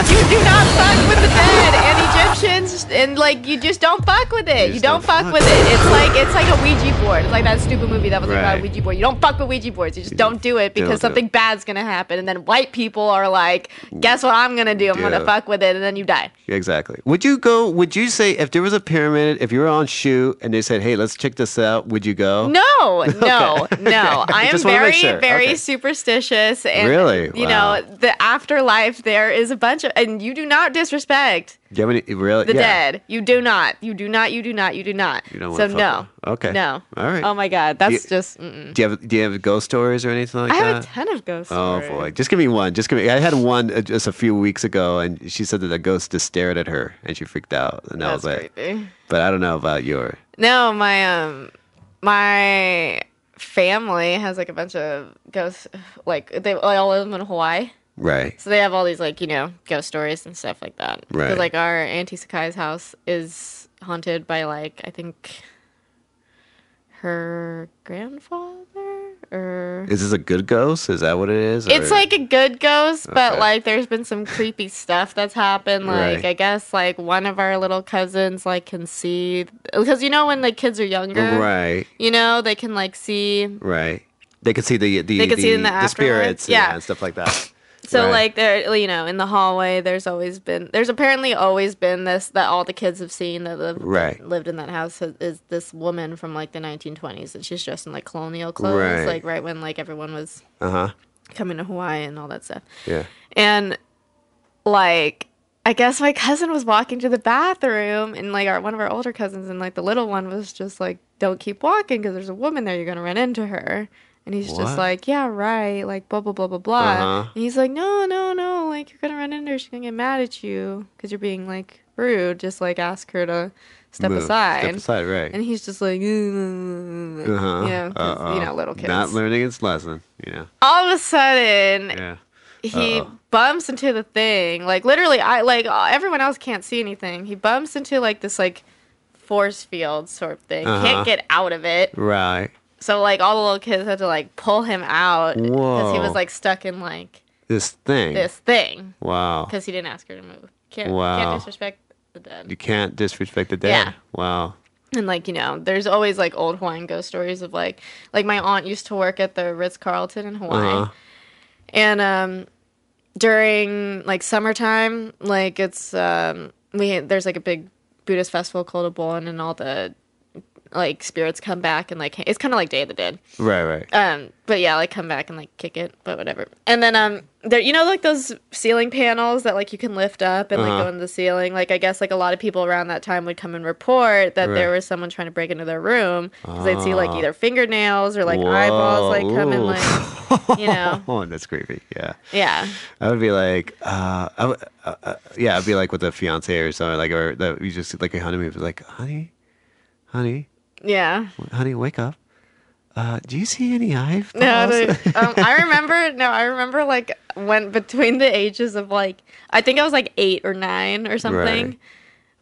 B: you do not fuck with the dead and Egyptians, and like you just don't fuck with it. You,
A: just
B: don't,
A: don't
B: fuck,
A: fuck.
B: with it. It's like it's like a Ouija board. It's like that stupid movie that was like about a
A: Right.
B: Ouija board. You don't fuck with Ouija boards. You just don't do
A: don't
B: it
A: do
B: because
A: it.
B: something bad's gonna happen, and then white people are like, guess what I'm gonna do? I'm
A: Yeah.
B: gonna fuck with it, and then you die.
A: Exactly. Would you go? Would you say if there was a pyramid, if you were on shoot and they said, "Hey, let's check this out," would you go?
B: No, no, no. I am
A: Just wanna make
B: very,
A: sure.
B: very
A: Okay.
B: superstitious, and
A: Really?
B: you
A: Wow.
B: know, the afterlife there is is a bunch of, and you do not disrespect
A: Do you have any really?
B: the
A: yeah.
B: dead. You do not. You do not. You do not. You do not.
A: You don't
B: so
A: wanna fuck
B: no.
A: them. Okay.
B: No.
A: All right.
B: Oh my god, that's
A: You-
B: just. Mm-mm.
A: Do you have Do you have ghost stories or anything like
B: I
A: that?
B: have a ton of ghost
A: Uh, Oh
B: stories.
A: boy, just give me one. Just give me. I had one uh, just a few weeks ago, and she said that a ghost just stared at her, and she freaked out. And I was
B: That's
A: like,
B: creepy.
A: but I don't know about your.
B: No, my um, my family has like a bunch of ghosts. Like they, they all live in Hawaii.
A: Right.
B: So they have all these like you know ghost stories and stuff like that. 'Cause,
A: Right.
B: like our auntie Sakai's house is haunted by like I think her grandfather or
A: Is this a good ghost? Is that what it is?
B: it's
A: or-
B: like a good ghost, but
A: Okay.
B: like there's been some creepy stuff that's happened. Like
A: Right.
B: I guess like one of our little cousins like can see because you know when the kids are younger,
A: Right.
B: You know they can like see
A: Right. They could see the the
B: They could
A: the,
B: see in the
A: the spirits,
B: afterlife? Yeah.
A: and stuff like that.
B: So
A: Right.
B: like there, you know, in the hallway, there's always been, there's apparently always been this that all the kids have seen that live,
A: Right.
B: lived in that house is, is this woman from like the 1920s, and she's dressed in like colonial clothes,
A: Right.
B: like right when like everyone was
A: Uh huh.
B: coming to Hawaii and all that stuff,
A: Yeah.
B: and like I guess my cousin was walking to the bathroom, and like our one of our older cousins, and like the little one was just like, "Don't keep walking because there's a woman there, you're gonna run into her." And he's
L: What?
B: just like, "Yeah, right," like blah blah blah blah blah.
L: Uh-huh.
B: And he's like, "No, no, no, like you're gonna run into her. She's gonna get mad at you because you're being like rude. Just like ask her to step
A: Move.
B: aside."
A: Step aside, right.
B: And he's just like, "Mm,
A: Uh huh.
B: you know, 'cause, you know, little kids.
A: Not learning its lesson. You know.
B: All of a sudden,
A: Yeah.
B: he
A: Uh-oh.
B: bumps into the thing like literally i like uh, everyone else can't see anything he bumps into like this like force field sort of thing
A: Uh-huh.
B: can't get out of it
A: Right.
B: so like all the little kids had to like pull him out because he
A: Whoa.
B: was like stuck in like
A: This thing.
B: this thing
A: Wow.
B: because he didn't ask her to move can't,
A: Wow.
B: can't disrespect the dead
A: You can't disrespect the dead.
B: Yeah.
A: Wow.
B: and like you know there's always like old hawaiian ghost stories of like like my aunt used to work at the ritz-carlton in hawaii
A: Uh huh.
B: and um during like summertime like it's um we there's like a big buddhist festival called a Obon, and all the like spirits come back and like it's kind of like day of the dead
A: Right. Right.
B: um but yeah like come back and like kick it but whatever and then um there you know like those ceiling panels that like you can lift up and like
L: Uh-huh.
B: go into the ceiling like i guess like a lot of people around that time would come and report that there
L: Right.
B: was someone trying to break into their room because they'd see like
A: Ah.
B: either fingernails or like eyeballs like coming
A: Whoa.
B: like you know
A: Oh, that's creepy. Yeah.
B: yeah
A: I would be like, uh, I would, uh, uh, yeah, I'd be like with a fiance or something, like, or that you just like a honeymoon, be like, honey, honey,
B: yeah
A: w- honey, wake up. Uh, do you see any eyeballs?
B: No, dude, um, I remember. No, I remember. Like when between the ages of like, I think I was like eight or nine or something.
L: Right.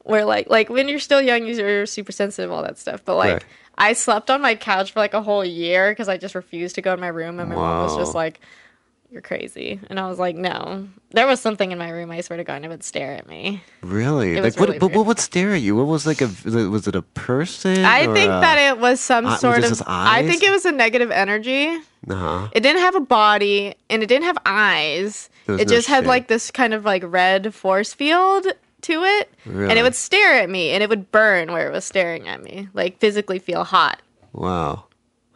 B: Where like like when you're still young, you're super sensitive, all that stuff. But like,
L: Right.
B: I slept on my couch for like a whole year because I just refused to go in my room, and my mom was just
L: Wow.
B: like, "You're crazy," and I was like, "No." There was something in my room. I swear to God, and it would stare at me.
A: really?
B: It
A: Like,
B: was
A: what,
B: really
A: but what
B: weird.
A: would stare at you? What was like a, was it a person?
B: I think that it was some
A: eye- was
B: sort
A: this
B: of.
A: his
B: I
A: eyes?
B: think it was a negative energy.
A: Uh huh.
B: It didn't have a body and it didn't have eyes.
A: There was
B: It
A: no
B: just had
A: shape.
B: like this kind of like red force field to it. And
A: Really?
B: it would stare at me and it would burn where it was staring at me, like physically feel hot.
A: Wow.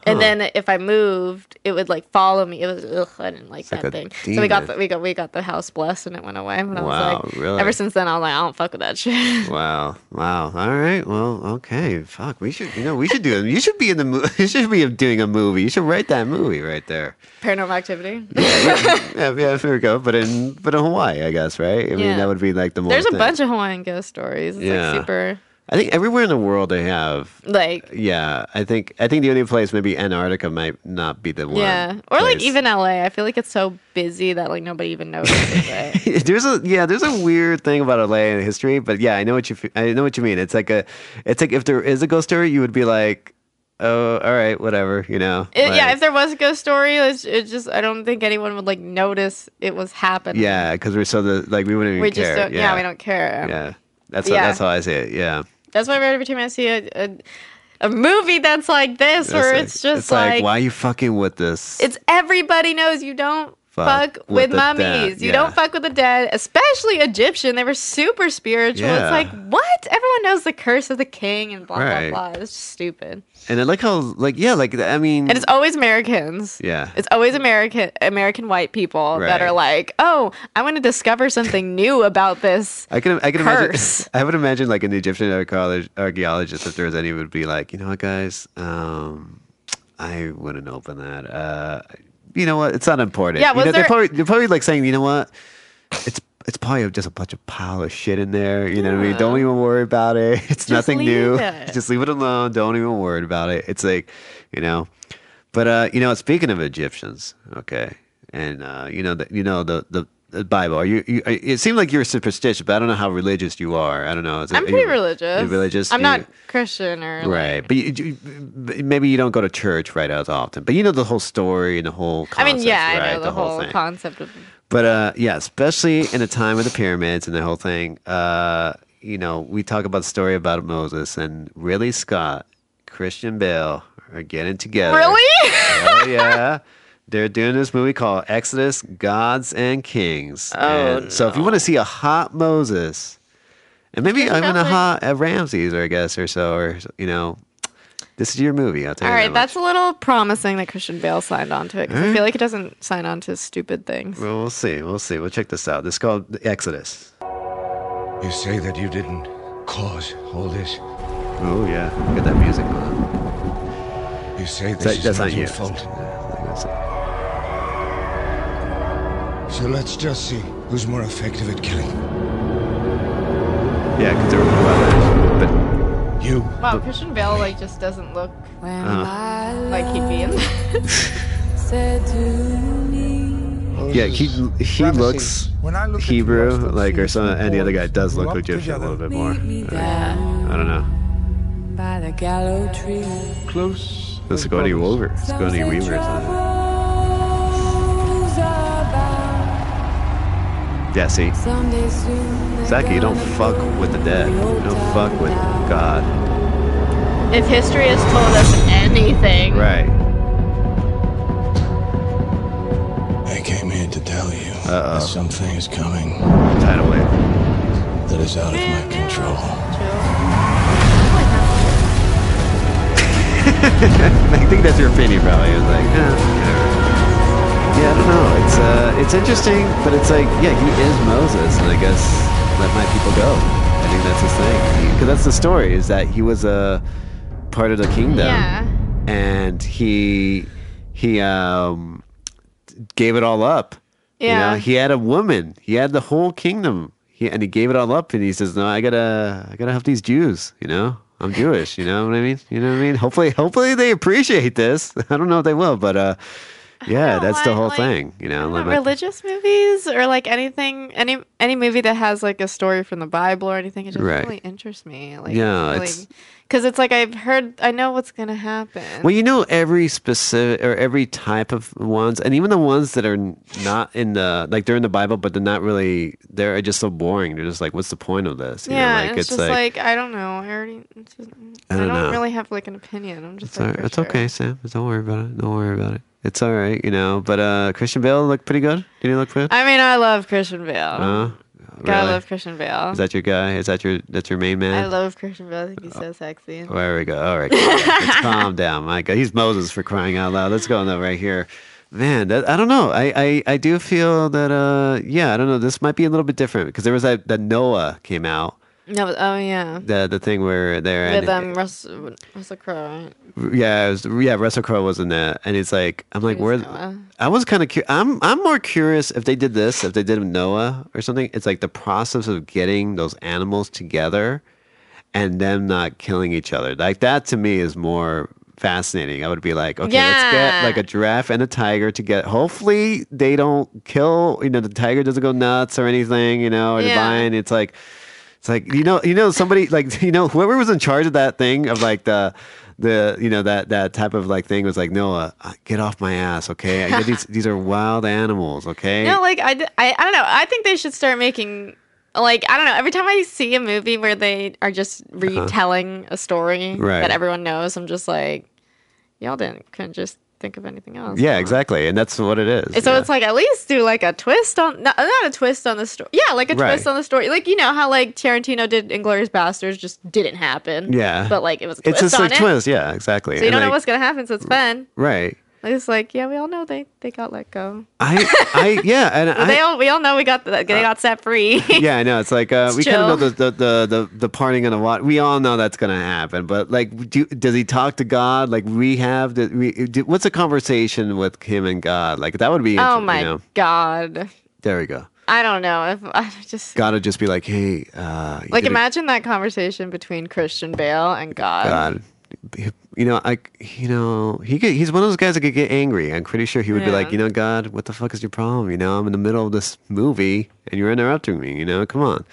B: And
A: Huh.
B: then if I moved, it would like follow me. It was ugh, I didn't like
A: It's like
B: that
A: a
B: thing. So we got
A: demon.
B: the, we got we got the house blessed and it went away. And I
A: Wow,
B: was like,
A: really?
B: ever since then I was like, I don't fuck with that shit.
A: Wow. Wow. All right. Well, okay. Fuck. We should, you know, we should do it. You should be in the movie. You should be doing a movie. You should write that movie right there.
B: Paranormal activity.
A: yeah, yeah, there we go. But in but in Hawaii, I guess, right? I mean,
B: Yeah.
A: that would be like the more.
B: There's a
A: thing.
B: bunch of Hawaiian ghost stories. It's
A: Yeah.
B: like super
A: I think everywhere in the world they have.
B: like
A: Yeah, I think I think the only place maybe Antarctica might not be the one.
B: Yeah, or like
A: place.
B: even LA. I feel like it's so busy that like nobody even notices it.
A: there's a yeah, there's a weird thing about LA and history, but yeah, I know what you f- I know what you mean. It's like a, it's like if there is a ghost story, you would be like, oh, all right, whatever, you know.
B: It- Uh, yeah,
A: like-
B: if there was a ghost story, it's, it's just I don't think anyone would like notice it was happening.
A: yeah, because we're so the like we wouldn't even
B: we
A: care.
B: just don't. Yeah.
A: yeah,
B: we don't care.
A: Yeah, that's
B: Yeah.
A: How, that's how I see it. Yeah.
B: That's why every time I see a, a uh, a movie that's like this,
A: It's
B: where
A: like-
B: it's just
A: it's like,
B: like,
A: why are you fucking with this?
B: it's everybody knows you don't fuck with, mummies. You don't fuck with the dead, especially Egyptian. They were super spiritual.
A: Yeah.
B: It's like what everyone knows the curse of the king and blah
A: Right.
B: blah blah. It's just stupid.
A: And I like how, like, yeah, like I mean,
B: And it's always Americans.
A: yeah,
B: It's always American American white people that
A: Right.
B: are like, oh, I want to discover something new about this.
A: I can I can
B: Curse.
A: imagine I would imagine like an Egyptian archaeologist, archaeologist if there was any would be like you know what guys um, I wouldn't open that uh, you know what it's not important
B: Yeah,
A: You
B: was
A: know,
B: there-
A: they're probably they're probably like saying you know what it's it's probably just a bunch of pile of shit in there you know what I mean don't even worry about it it's nothing
B: leave
A: new
B: it.
A: just leave it alone don't even worry about it it's like you know but uh, you know speaking of Egyptians okay and uh, you know the, you know the the the Bible. Are you, you? It seemed like you were superstitious, but I don't know how religious you are. I don't know. Is it-
B: I'm
A: are
B: pretty
A: you-
B: religious.
A: You're religious.
B: I'm
A: You-
B: not Christian or like-
A: right, but you, you, but maybe you don't go to church right as often. But you know the whole story and the whole.
B: I
A: Concept,
B: mean, yeah,
A: right?
B: I know the, whole,
A: thing.
B: concept of
A: But uh, yeah, especially in the time of the pyramids and the whole thing, uh, you know, we talk about the story about Moses and really Scott, Christian Bale are getting together.
B: Really?
A: Oh yeah. They're doing this movie called Exodus: Gods and Kings.
B: Oh,
A: And So if you want to see a hot Moses, and maybe
B: There's
A: even a
B: nothing-
A: hot a Ramses, or I guess, or so, or you know, this is your movie. I'll tell
B: All
A: you.
B: right,
A: that much.
B: that's a little promising that Christian Bale signed on to it because I feel like it doesn't sign on to stupid things.
A: Well, we'll see. We'll see. We'll check this out. This is called Exodus.
F: You say that you didn't cause all this.
A: Oh yeah, get that music on.
F: You say this
A: That-
F: is
A: that's
F: not
A: not
F: your
A: you.
F: fault.
A: That's-
F: So let's just see who's more effective at killing.
A: Yeah, because there were no others. But
F: You.
B: Wow, Christian Bale like just doesn't look
A: uh,
B: like he'd be in.
A: yeah, he he looks Hebrew, like or some, and the other guy does look Egyptian a little bit more. Uh, I don't know.
L: By the gallows tree.
A: Close. The Sigourney Weaver. Sigourney Weaver. is in it. Yeah, see, exactly. You don't fuck with the dead. You don't fuck with God.
B: if history has told us anything,
A: Right.
M: I came here to tell you that something is coming.
A: Tidal wave.
M: That is out of my control.
A: I think that's your opinion, probably. It's like, eh, whatever. yeah, I don't know. It's uh, it's interesting, but it's like, yeah, he is Moses, and I guess let my people go. I think that's his thing, because that's the story. Is that he was a part of the kingdom,
B: Yeah.
A: and he he um gave it all up.
B: Yeah.
A: he had a woman. He had the whole kingdom. He, and he gave it all up, and he says, "No, I gotta, I gotta help these Jews. You know, I'm Jewish. You know what I mean? You know what I mean? Hopefully, hopefully they appreciate this. I don't know if they will, but uh, yeah, that's the
B: why,
A: whole
B: like,
A: thing. You know,
B: Not
A: like,
B: religious movies or like anything, any any movie that has like a story from the Bible or anything, it just
A: Right.
B: really interests me. Like,
A: Yeah, it's-
B: because it's like I've heard, I know what's gonna happen.
A: well, you know, every specific or every type of ones, and even the ones that are not in the like they're in the Bible, but they're not really. They're just so boring. They're just like, what's the point of this? You know,
B: yeah,
A: like,
B: and it's, just like, I don't know. I already, it's just, I
A: don't
B: don't,
A: know.
B: really have like an opinion. I'm just
A: It's, all
B: like,
A: right.
B: for
A: it's
B: sure.
A: okay, Sam. Don't worry about it. Don't worry about it. It's all right, you know. But uh, Christian Bale looked pretty good. Did he look good?
B: I mean, I love Christian Bale.
A: Uh,
B: Gotta
A: really?
B: love Christian Bale.
A: Is that your guy? Is that your that's your main man?
B: I love Christian Bale. I think he's so sexy.
A: There we go. All right, calm- let's calm down, my God. He's Moses for crying out loud. Let's go on that right here, man. That, I don't know. I, I I do feel that uh yeah. I don't know. This might be a little bit different because there was that that Noah came out.
B: No, but- oh yeah,
A: The the thing where there
B: with
A: and-
B: um Russell, Russell Crowe. Right?
A: yeah, it was, yeah, Russell Crowe was in that, and it's like I'm like, where? I was kind of cu- I'm I'm more curious if they did this, if they did Noah or something. It's like the process of getting those animals together, and them not killing each other. Like that to me is more fascinating. I would be like, okay, let's
B: Yeah.
A: get like a giraffe and a tiger to get. Hopefully they don't kill. You know, the tiger doesn't go nuts or anything. You know, or the
B: Yeah.
A: lion. It's like. It's like you know, you know, somebody like you know, whoever was in charge of that thing of like the the you know that that type of like thing was like Noah, uh, get off my ass, okay? I get these these are wild animals, okay?
B: No, like I, d- I, I don't know. I think they should start making like I don't know. Every time I see a movie where they are just retelling a story
A: Uh-huh. Right.
B: that everyone knows, I'm just like, y'all didn't couldn't just think of anything else.
A: Yeah, exactly. And that's what it is.
B: And so
A: yeah.
B: it's like at least do like a twist on not, not a twist on the story. Yeah, like a
A: Right.
B: twist on the story. Like you know how like Tarantino did Inglorious Bastards just didn't happen.
A: Yeah.
B: but like it was a twist
A: it's just
B: on
A: like
B: it.
A: twist. Yeah, exactly.
B: So you
A: And,
B: don't know
A: like,
B: what's gonna happen. So it's fun.
A: right.
B: Like, It's like yeah, we all know they they got let go.
A: I, I, yeah, and
B: Well, they
A: I,
B: all we all know we got the, they got set free.
A: yeah, I know. It's like uh,
B: It's
A: we kind
B: chill.
A: of know the the, the the the parting of the water. We all know that's gonna happen. But like, do, does he talk to God? Like we have the we, do, what's a conversation with him and God? Like that would be.
B: oh
A: inter-
B: my
A: You know?
B: god.
A: There we go.
B: I don't know if I just
A: God would just be like, hey, uh, you
B: like
A: did a-
B: imagine that conversation between Christian Bale and God.
A: God. uh, You know, I, you know, he could, he's one of those guys that could get angry. I'm pretty sure he would be like,
B: Yeah.
A: you know, God, what the fuck is your problem? You know, I'm in the middle of this movie and you're interrupting me. You know, come on.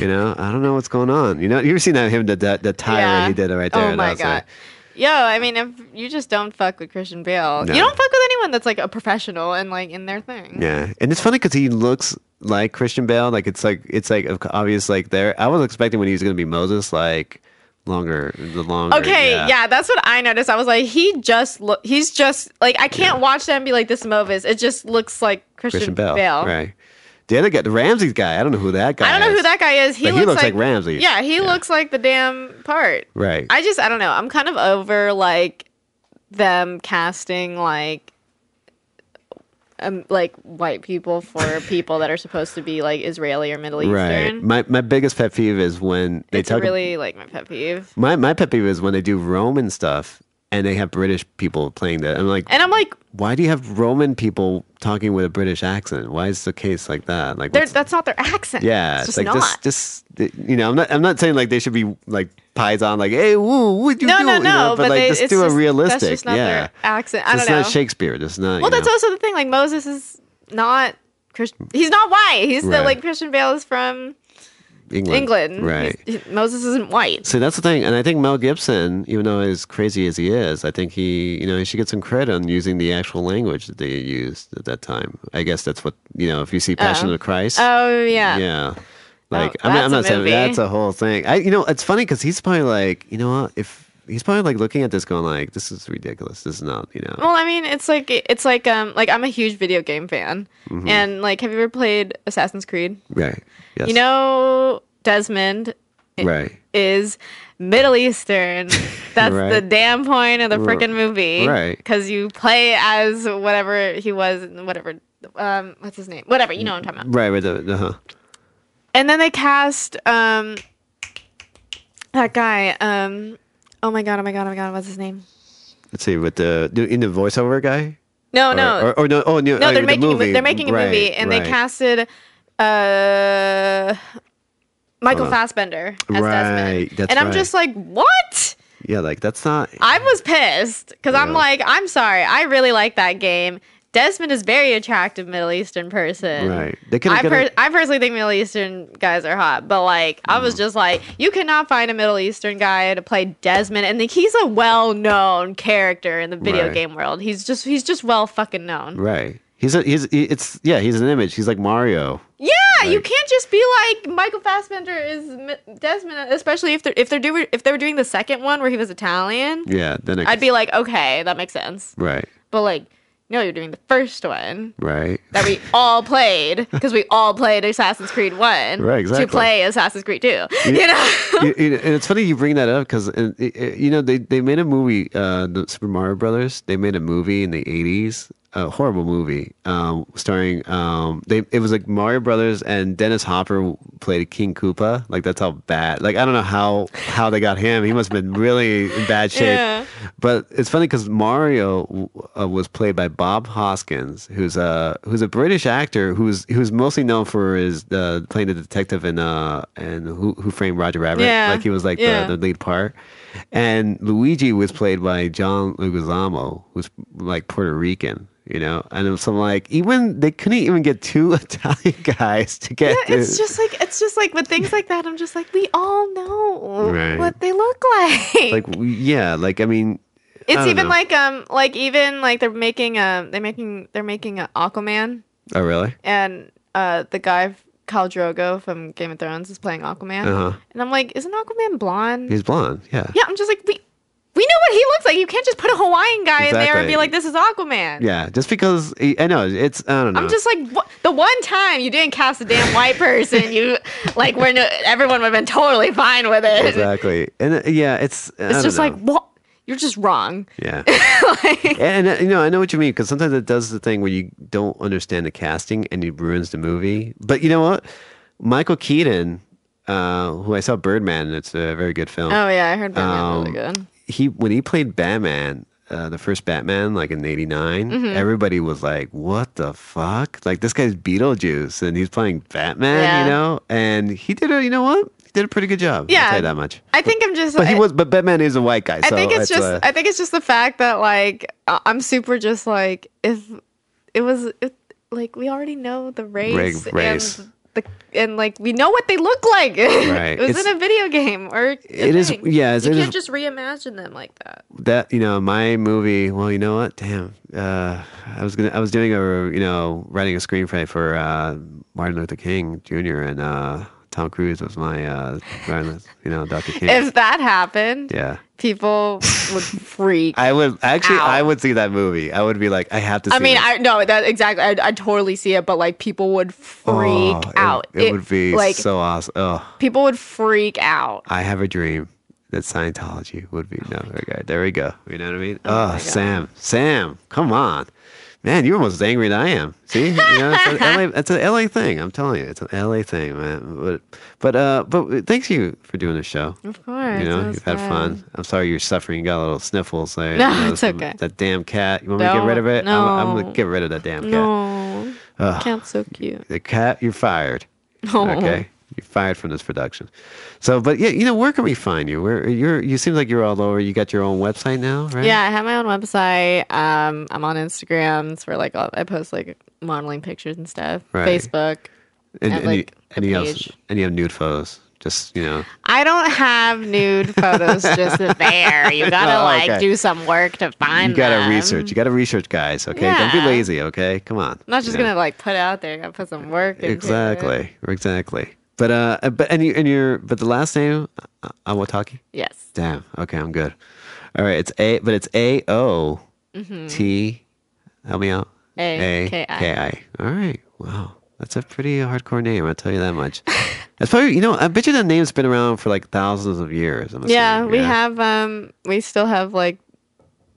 A: You know, I don't know what's going on. You know, you ever seen that him the that, that tirade
B: Yeah.
A: he did right there?
B: Oh my
A: That was
B: God.
A: like-
B: Yo, I mean, if you just don't fuck with Christian Bale,
A: No.
B: you don't fuck with anyone that's like a professional and like in their thing.
A: yeah, and it's funny because he looks like Christian Bale. Like it's like it's like obvious. Like there, I was expecting when he was going to be Moses, like longer, the longer.
B: Okay, yeah. that's what I noticed. I was like, he just look, he's just like, I can't watch that and be like, this Movis. It just looks like Christian,
A: Christian
B: Bale.
A: Bell. Right. The other guy, the Ramsey guy, I don't know who that guy
B: I don't know
A: is.
B: who that guy is. He,
A: But
B: looks,
A: he looks like Ramsey.
B: Yeah, he looks like the damn part.
A: Right.
B: I just I don't know. I'm kind of over like them casting like um like white people for people that are supposed to be like Israeli or Middle
A: right.
B: Eastern.
A: My my biggest pet peeve is when they
B: It's
A: talk
B: really like my pet peeve.
A: my my pet peeve is when they do Roman stuff and they have British people playing that. I'm like
B: And I'm like,
A: why do you have Roman people talking with a British accent? Why is the case like that? Like
B: they're,
A: what's-
B: that's not their accent.
A: yeah,
B: it's just
A: like
B: not.
A: just just you know, I'm not I'm not saying like they should be like pies on like, hey, woo, what you
B: no,
A: do?
B: no, no,
A: you know, but, like
B: they,
A: just
B: it's
A: do
B: just,
A: a realistic.
B: That's just not
A: yeah.
B: their accent. I
A: It's
B: don't know.
A: not Shakespeare. It's not. you
B: well, that's
A: know.
B: also the thing. Like Moses is not Christian. He's not white. He's the
A: Right.
B: like Christian Bale is from
A: England.
B: England.
A: Right.
B: He's- he- Moses isn't white.
A: So that's the thing, and I think Mel Gibson, even though as crazy as he is, I think he, you know, he should get some credit on using the actual language that they used at that time. I guess that's what you know. If you see Passion
B: Oh.
A: of the Christ,
B: Oh yeah.
A: yeah, like
B: Oh,
A: I'm, not, I'm
B: that's a
A: not saying
B: movie.
A: that's a whole thing. I, you know, it's funny because he's probably like, you know, what if he's probably like looking at this, going like, this is ridiculous. This is not, you know,
B: Well, I mean, it's like it's like um like I'm a huge video game fan,
A: Mhm.
B: and like have you ever played Assassin's Creed?
A: right? Yes,
B: You know, Desmond
A: right,
B: is Middle Eastern. That's
A: Right.
B: the damn point of the
A: Right.
B: freaking movie,
A: Right.
B: Because you play as whatever he was, and whatever um what's his name, whatever you know what I'm talking about.
A: right, right, uh, uh-huh.
B: And then they cast um that guy um oh my god oh my god oh my god what's his name?
A: Let's see, with the in the voiceover guy.
B: No
A: Or-
B: no
A: or, or no, oh no,
B: no,
A: uh,
B: they're
A: the
B: making a mo-
A: movie.
B: they're making a
A: Right,
B: movie, and
A: right.
B: they casted uh, Michael
A: Hold on.
B: Fassbender as
A: right,
B: Desmond,
A: that's
B: and I'm
A: right.
B: just like, what?
A: Yeah, like that's not.
B: I was pissed because I'm
A: Yeah.
B: like, I'm sorry, I really like that game. Desmond is very attractive Middle Eastern person.
A: Right. They could
B: I,
A: have got
B: per-
A: a-
B: I personally think Middle Eastern guys are hot, but like I
A: Mm.
B: was just like, you cannot find a Middle Eastern guy to play Desmond, and like he's a well-known character in the video
A: Right.
B: game world. He's just he's just well fucking known.
A: right. He's a he's he- it's yeah he's an image. He's like Mario.
B: Yeah, you can't just be like Michael Fassbender is M- Desmond, especially if they're if they're doing if they were doing the second one where he was Italian.
A: Yeah. Then it,
B: I'd be like, okay, that makes sense.
A: right,
B: But like, no, you're doing the first one
A: right,
B: that we all played because we all played Assassin's Creed One.
A: Right, exactly.
B: To play Assassin's Creed Two, you, know.
A: You- you- and it's funny you bring that up because you know they they made a movie uh the Super Mario Brothers. They made a movie in the eighties. A horrible movie, um, starring um, they. It was like Mario Brothers and Dennis Hopper played King Koopa. Like that's how bad. Like I don't know how how they got him. He must have been really in bad shape.
B: Yeah.
A: But it's funny because Mario w- uh, was played by Bob Hoskins, who's a who's a British actor who's who's mostly known for his uh, playing the detective in uh and who who framed Roger Rabbit.
B: Yeah.
A: Like he was like
B: Yeah.
A: the, the lead part. And Luigi was played by John Leguizamo, who's like Puerto Rican. You know, and so I'm like, even they couldn't even get two Italian guys to get.
B: Yeah, it's
A: this.
B: just like it's just like with things like that. I'm just like, we all know
A: Right.
B: what they look like.
A: like we- yeah, like I mean, I
B: It's
A: don't
B: even
A: know.
B: like um like even like they're making um they're making they're making a Aquaman
A: oh really?
B: and uh the guy Khal Drogo from Game of Thrones is playing Aquaman
A: Uh-huh.
B: and I'm like isn't Aquaman blonde?
A: He's blonde. Yeah.
B: yeah, I'm just like we We know what he looks like. You can't just put a Hawaiian guy in there and
A: Exactly.
B: be like, "This is Aquaman."
A: Yeah, just because he, I know it's I don't know.
B: I'm just like what? the one time you didn't cast a damn white person, you like where no, everyone would have been totally fine with it.
A: exactly, and uh, yeah, it's I
B: It's
A: don't
B: just
A: know.
B: like what you're just wrong.
A: yeah, and uh, you know I know what you mean because sometimes it does the thing where you don't understand the casting and it ruins the movie. But you know what, Michael Keaton, uh, who I saw Birdman, and it's a very good film.
B: Oh yeah, I heard Batman's really
A: Um,
B: good.
A: He when he played Batman. Uh, the first Batman, like in '89,
B: Mhm.
A: everybody was like, "What the fuck?" Like this guy's Beetlejuice, and he's playing Batman,
B: Yeah.
A: you know. And he did a, you know what? He did a pretty good job. I'll
B: Yeah.
A: tell you that much.
B: I think I'm just.
A: but he
B: I-
A: was, but Batman is a white guy.
B: I
A: so
B: think it's just
A: uh,
B: I think it's just the fact that like I- I'm super just like if it was it, like we already know the race,
A: Reg- race.
B: and the and like we know what they look like.
A: Right.
B: it was
A: It's-
B: in a video game or a
A: it is-
B: thing.
A: yeah, it's-
B: you
A: it is-
B: can't just reimagine them like that.
A: that you know my movie. Well, you know what? Damn, uh, I was gonna I was doing a you know writing a screenplay for uh, Martin Luther King Jr. and uh, Tom Cruise was my uh, Martin Luther- you know Dr. King.
B: If that happened,
A: yeah.
B: people would freak.
A: I would actually. I would see that movie. I would be like, I have to. See
B: I mean,
A: this.
B: I no, that exactly. I I totally see it, but like people would freak
A: Oh, it-
B: out.
A: It, would be
B: like
A: so awesome. Oh,
B: people would freak out.
A: I have a dream that Scientology would be. no, okay, there we go. You know what I mean? Oh, Sam, Sam, come on, man, you're almost as angry as I am. See, you know, it's, an LA, it's an LA thing. I'm telling you, it's an LA thing, man. But but uh, but thanks you for doing the show.
B: Of course,
A: you know
B: that
A: you've
B: was
A: had
B: fun.
A: fun. I'm sorry you're suffering. You got a little sniffles. there.
B: No,
A: You know,
B: it's
A: some-
B: okay.
A: That damn cat. You want me to get
B: Don't-
A: rid of it? I'm, I'm
B: no.
A: gonna get rid of that damn cat.
B: No,
A: Ugh.
B: cat's so cute.
A: The cat, you're fired.
B: Oh.
A: Okay, you're fired from this production. So, but yeah, you know, where can we find you? Where you're? You seem like you're all over. You got your own website now, right?
B: Yeah, I have my own website. Um, I'm on Instagram. It's where like all, I post like modeling pictures and stuff.
A: Right.
B: Facebook.
A: And,
B: at,
A: and you-
B: like,
A: and you have
B: page.
A: and you have nude photos. Just you know,
B: I don't have nude photos just there. You gotta
A: Oh,
B: like
A: okay.
B: do some work to find.
A: you got to
B: them.
A: research. You got to research, guys. Okay, don't be
B: um, Yeah.
A: lazy. Okay, come on.
B: I'm not just
A: you know?
B: gonna like put out there. I gotta put some work. Into It.
A: exactly, exactly. But uh, but and you and your but the last name, uh, Awataki.
B: Yes.
A: Damn. Okay, I'm good. All right, it's a but it's A O
B: Mhm.
A: T. Help me out.
B: A-
A: K
B: K- I.
A: I. All right. Wow, that's a pretty hardcore name. I'll tell you that much. That's probably you know I bet you that name's been around for like thousands of years. I'm
B: Yeah,
A: assuming,
B: we have. Um, we still have like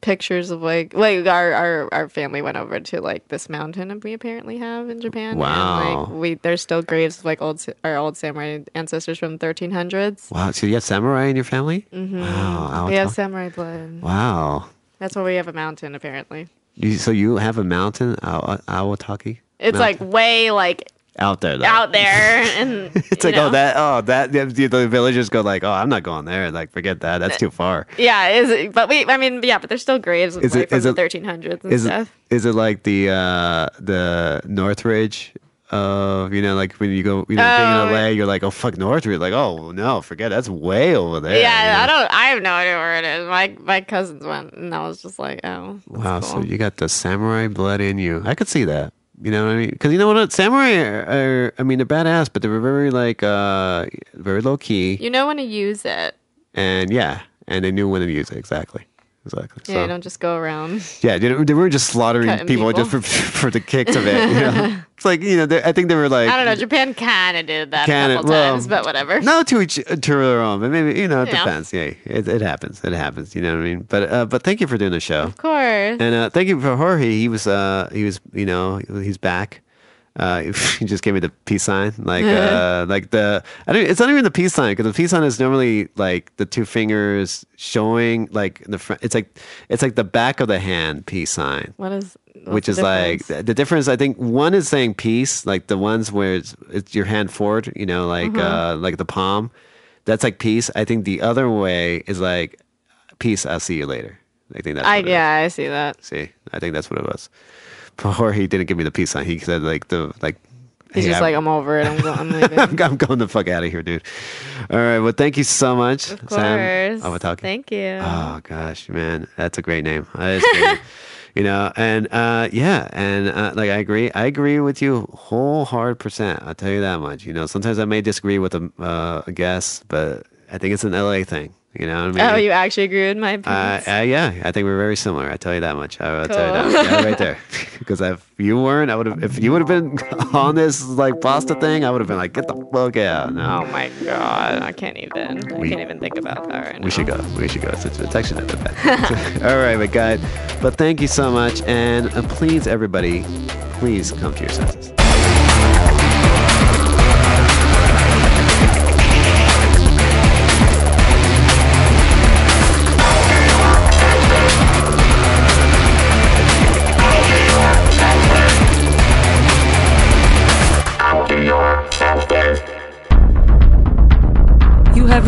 B: pictures of like like our our our family went over to like this mountain and we apparently have in Japan.
A: Wow.
B: And, like we there's still graves of like old s- our old samurai ancestors from 1300s.
A: Wow. So you have samurai in your family?
B: Mhm.
A: Wow.
B: We have
A: Awataki.
B: samurai blood.
A: Wow.
B: That's why we have a mountain apparently.
A: You, so you have a mountain, Aw- Aw- Awataki?
B: It's
A: Mountain?
B: like way like
A: out there. Though.
B: out there and
A: It's like oh that oh that the, the- the villagers go like oh I'm not going there like forget that that's too far.
B: yeah, is it, but we I mean yeah, but there's still graves of,
A: Is
B: like,
A: it-
B: from
A: is
B: the
A: it-
B: 1300s and
A: Is it,
B: stuff.
A: is it like the uh the Northridge of you know like when you go you know being in
B: Oh,
A: LA you're like oh fuck Northridge like oh no forget that's way over there.
B: yeah,
A: you
B: I
A: know?
B: don't. I have no idea where it is. My my cousins went, and I was just like, oh,
A: Wow, so you got the samurai blood in you. I could see that. You know what I mean? Because you know what? Samurai are, are I mean they're badass, but they're very like uh very low key.
B: you know when to use it.
A: and yeah, and they knew when to use it exactly, exactly.
B: Yeah, you don't just go around.
A: so, yeah, they, they were just slaughtering
B: Cutting
A: people,
B: people.
A: just for, for the kicks of it. You know? it's like you know, they- I think they were like,
B: I don't know. Japan kind of did that
A: Can
B: a
A: it-
B: couple
A: well,
B: times, but whatever.
A: No, to each to their own, but maybe you know, it
B: You know.
A: depends. Yeah, it, it happens. It happens. You know what I mean? But uh, but thank you for doing the show.
B: Of course.
A: And uh, thank you for Jorge. He was, uh, he was, you know, he's back. Uh, he just gave me the peace sign, like,
B: Uh-huh.
A: uh, like the. I don't. It's not even the peace sign because the peace sign is normally like the two fingers showing, like the front. It's like, it's like the back of the hand peace sign
B: What is? what's
A: which
B: the
A: is like
B: difference?
A: th- the difference. I think one is saying peace, like the ones where it's, it's your hand forward, you know, like
B: Mhm.
A: uh, like the palm. That's like peace. I think the other way is like peace. I'll see you later. I think that's.
B: I
A: what it
B: yeah, I see that.
A: is. See, I think that's what it was. But Jorge didn't give me the peace sign. He said like the like.
B: He's
A: "Hey,
B: just like, I'm over it. I'm, go- I'm leaving.
A: I'm, I'm going the fuck out of here, dude. All right. Well, thank you so much,
B: Of
A: Sam.
B: course.
A: Awataki.
B: Thank you.
A: Oh gosh, man, that's a great name. That is great. you know, and uh, yeah, and uh, like I agree, I agree with you whole hard percent. I'll tell you that much. You know, sometimes I may disagree with a, uh, a guest, but I think it's an LA thing. You know what I mean?
B: Oh, you actually agree with my opinion?
A: Uh, uh, yeah, I think we're very similar. I tell you that much. I will tell you that much. Yeah, right there. Because if you weren't, I would have. If you would have been on this like pasta thing, I would have been like, get the fuck out. No,
B: oh my god, I can't even. I can't even think about that right now.
A: we should go. We should go. It's, it's actually not that bad. All right, but guys, but thank you so much, and uh, please, everybody, please come to your senses.
N: You have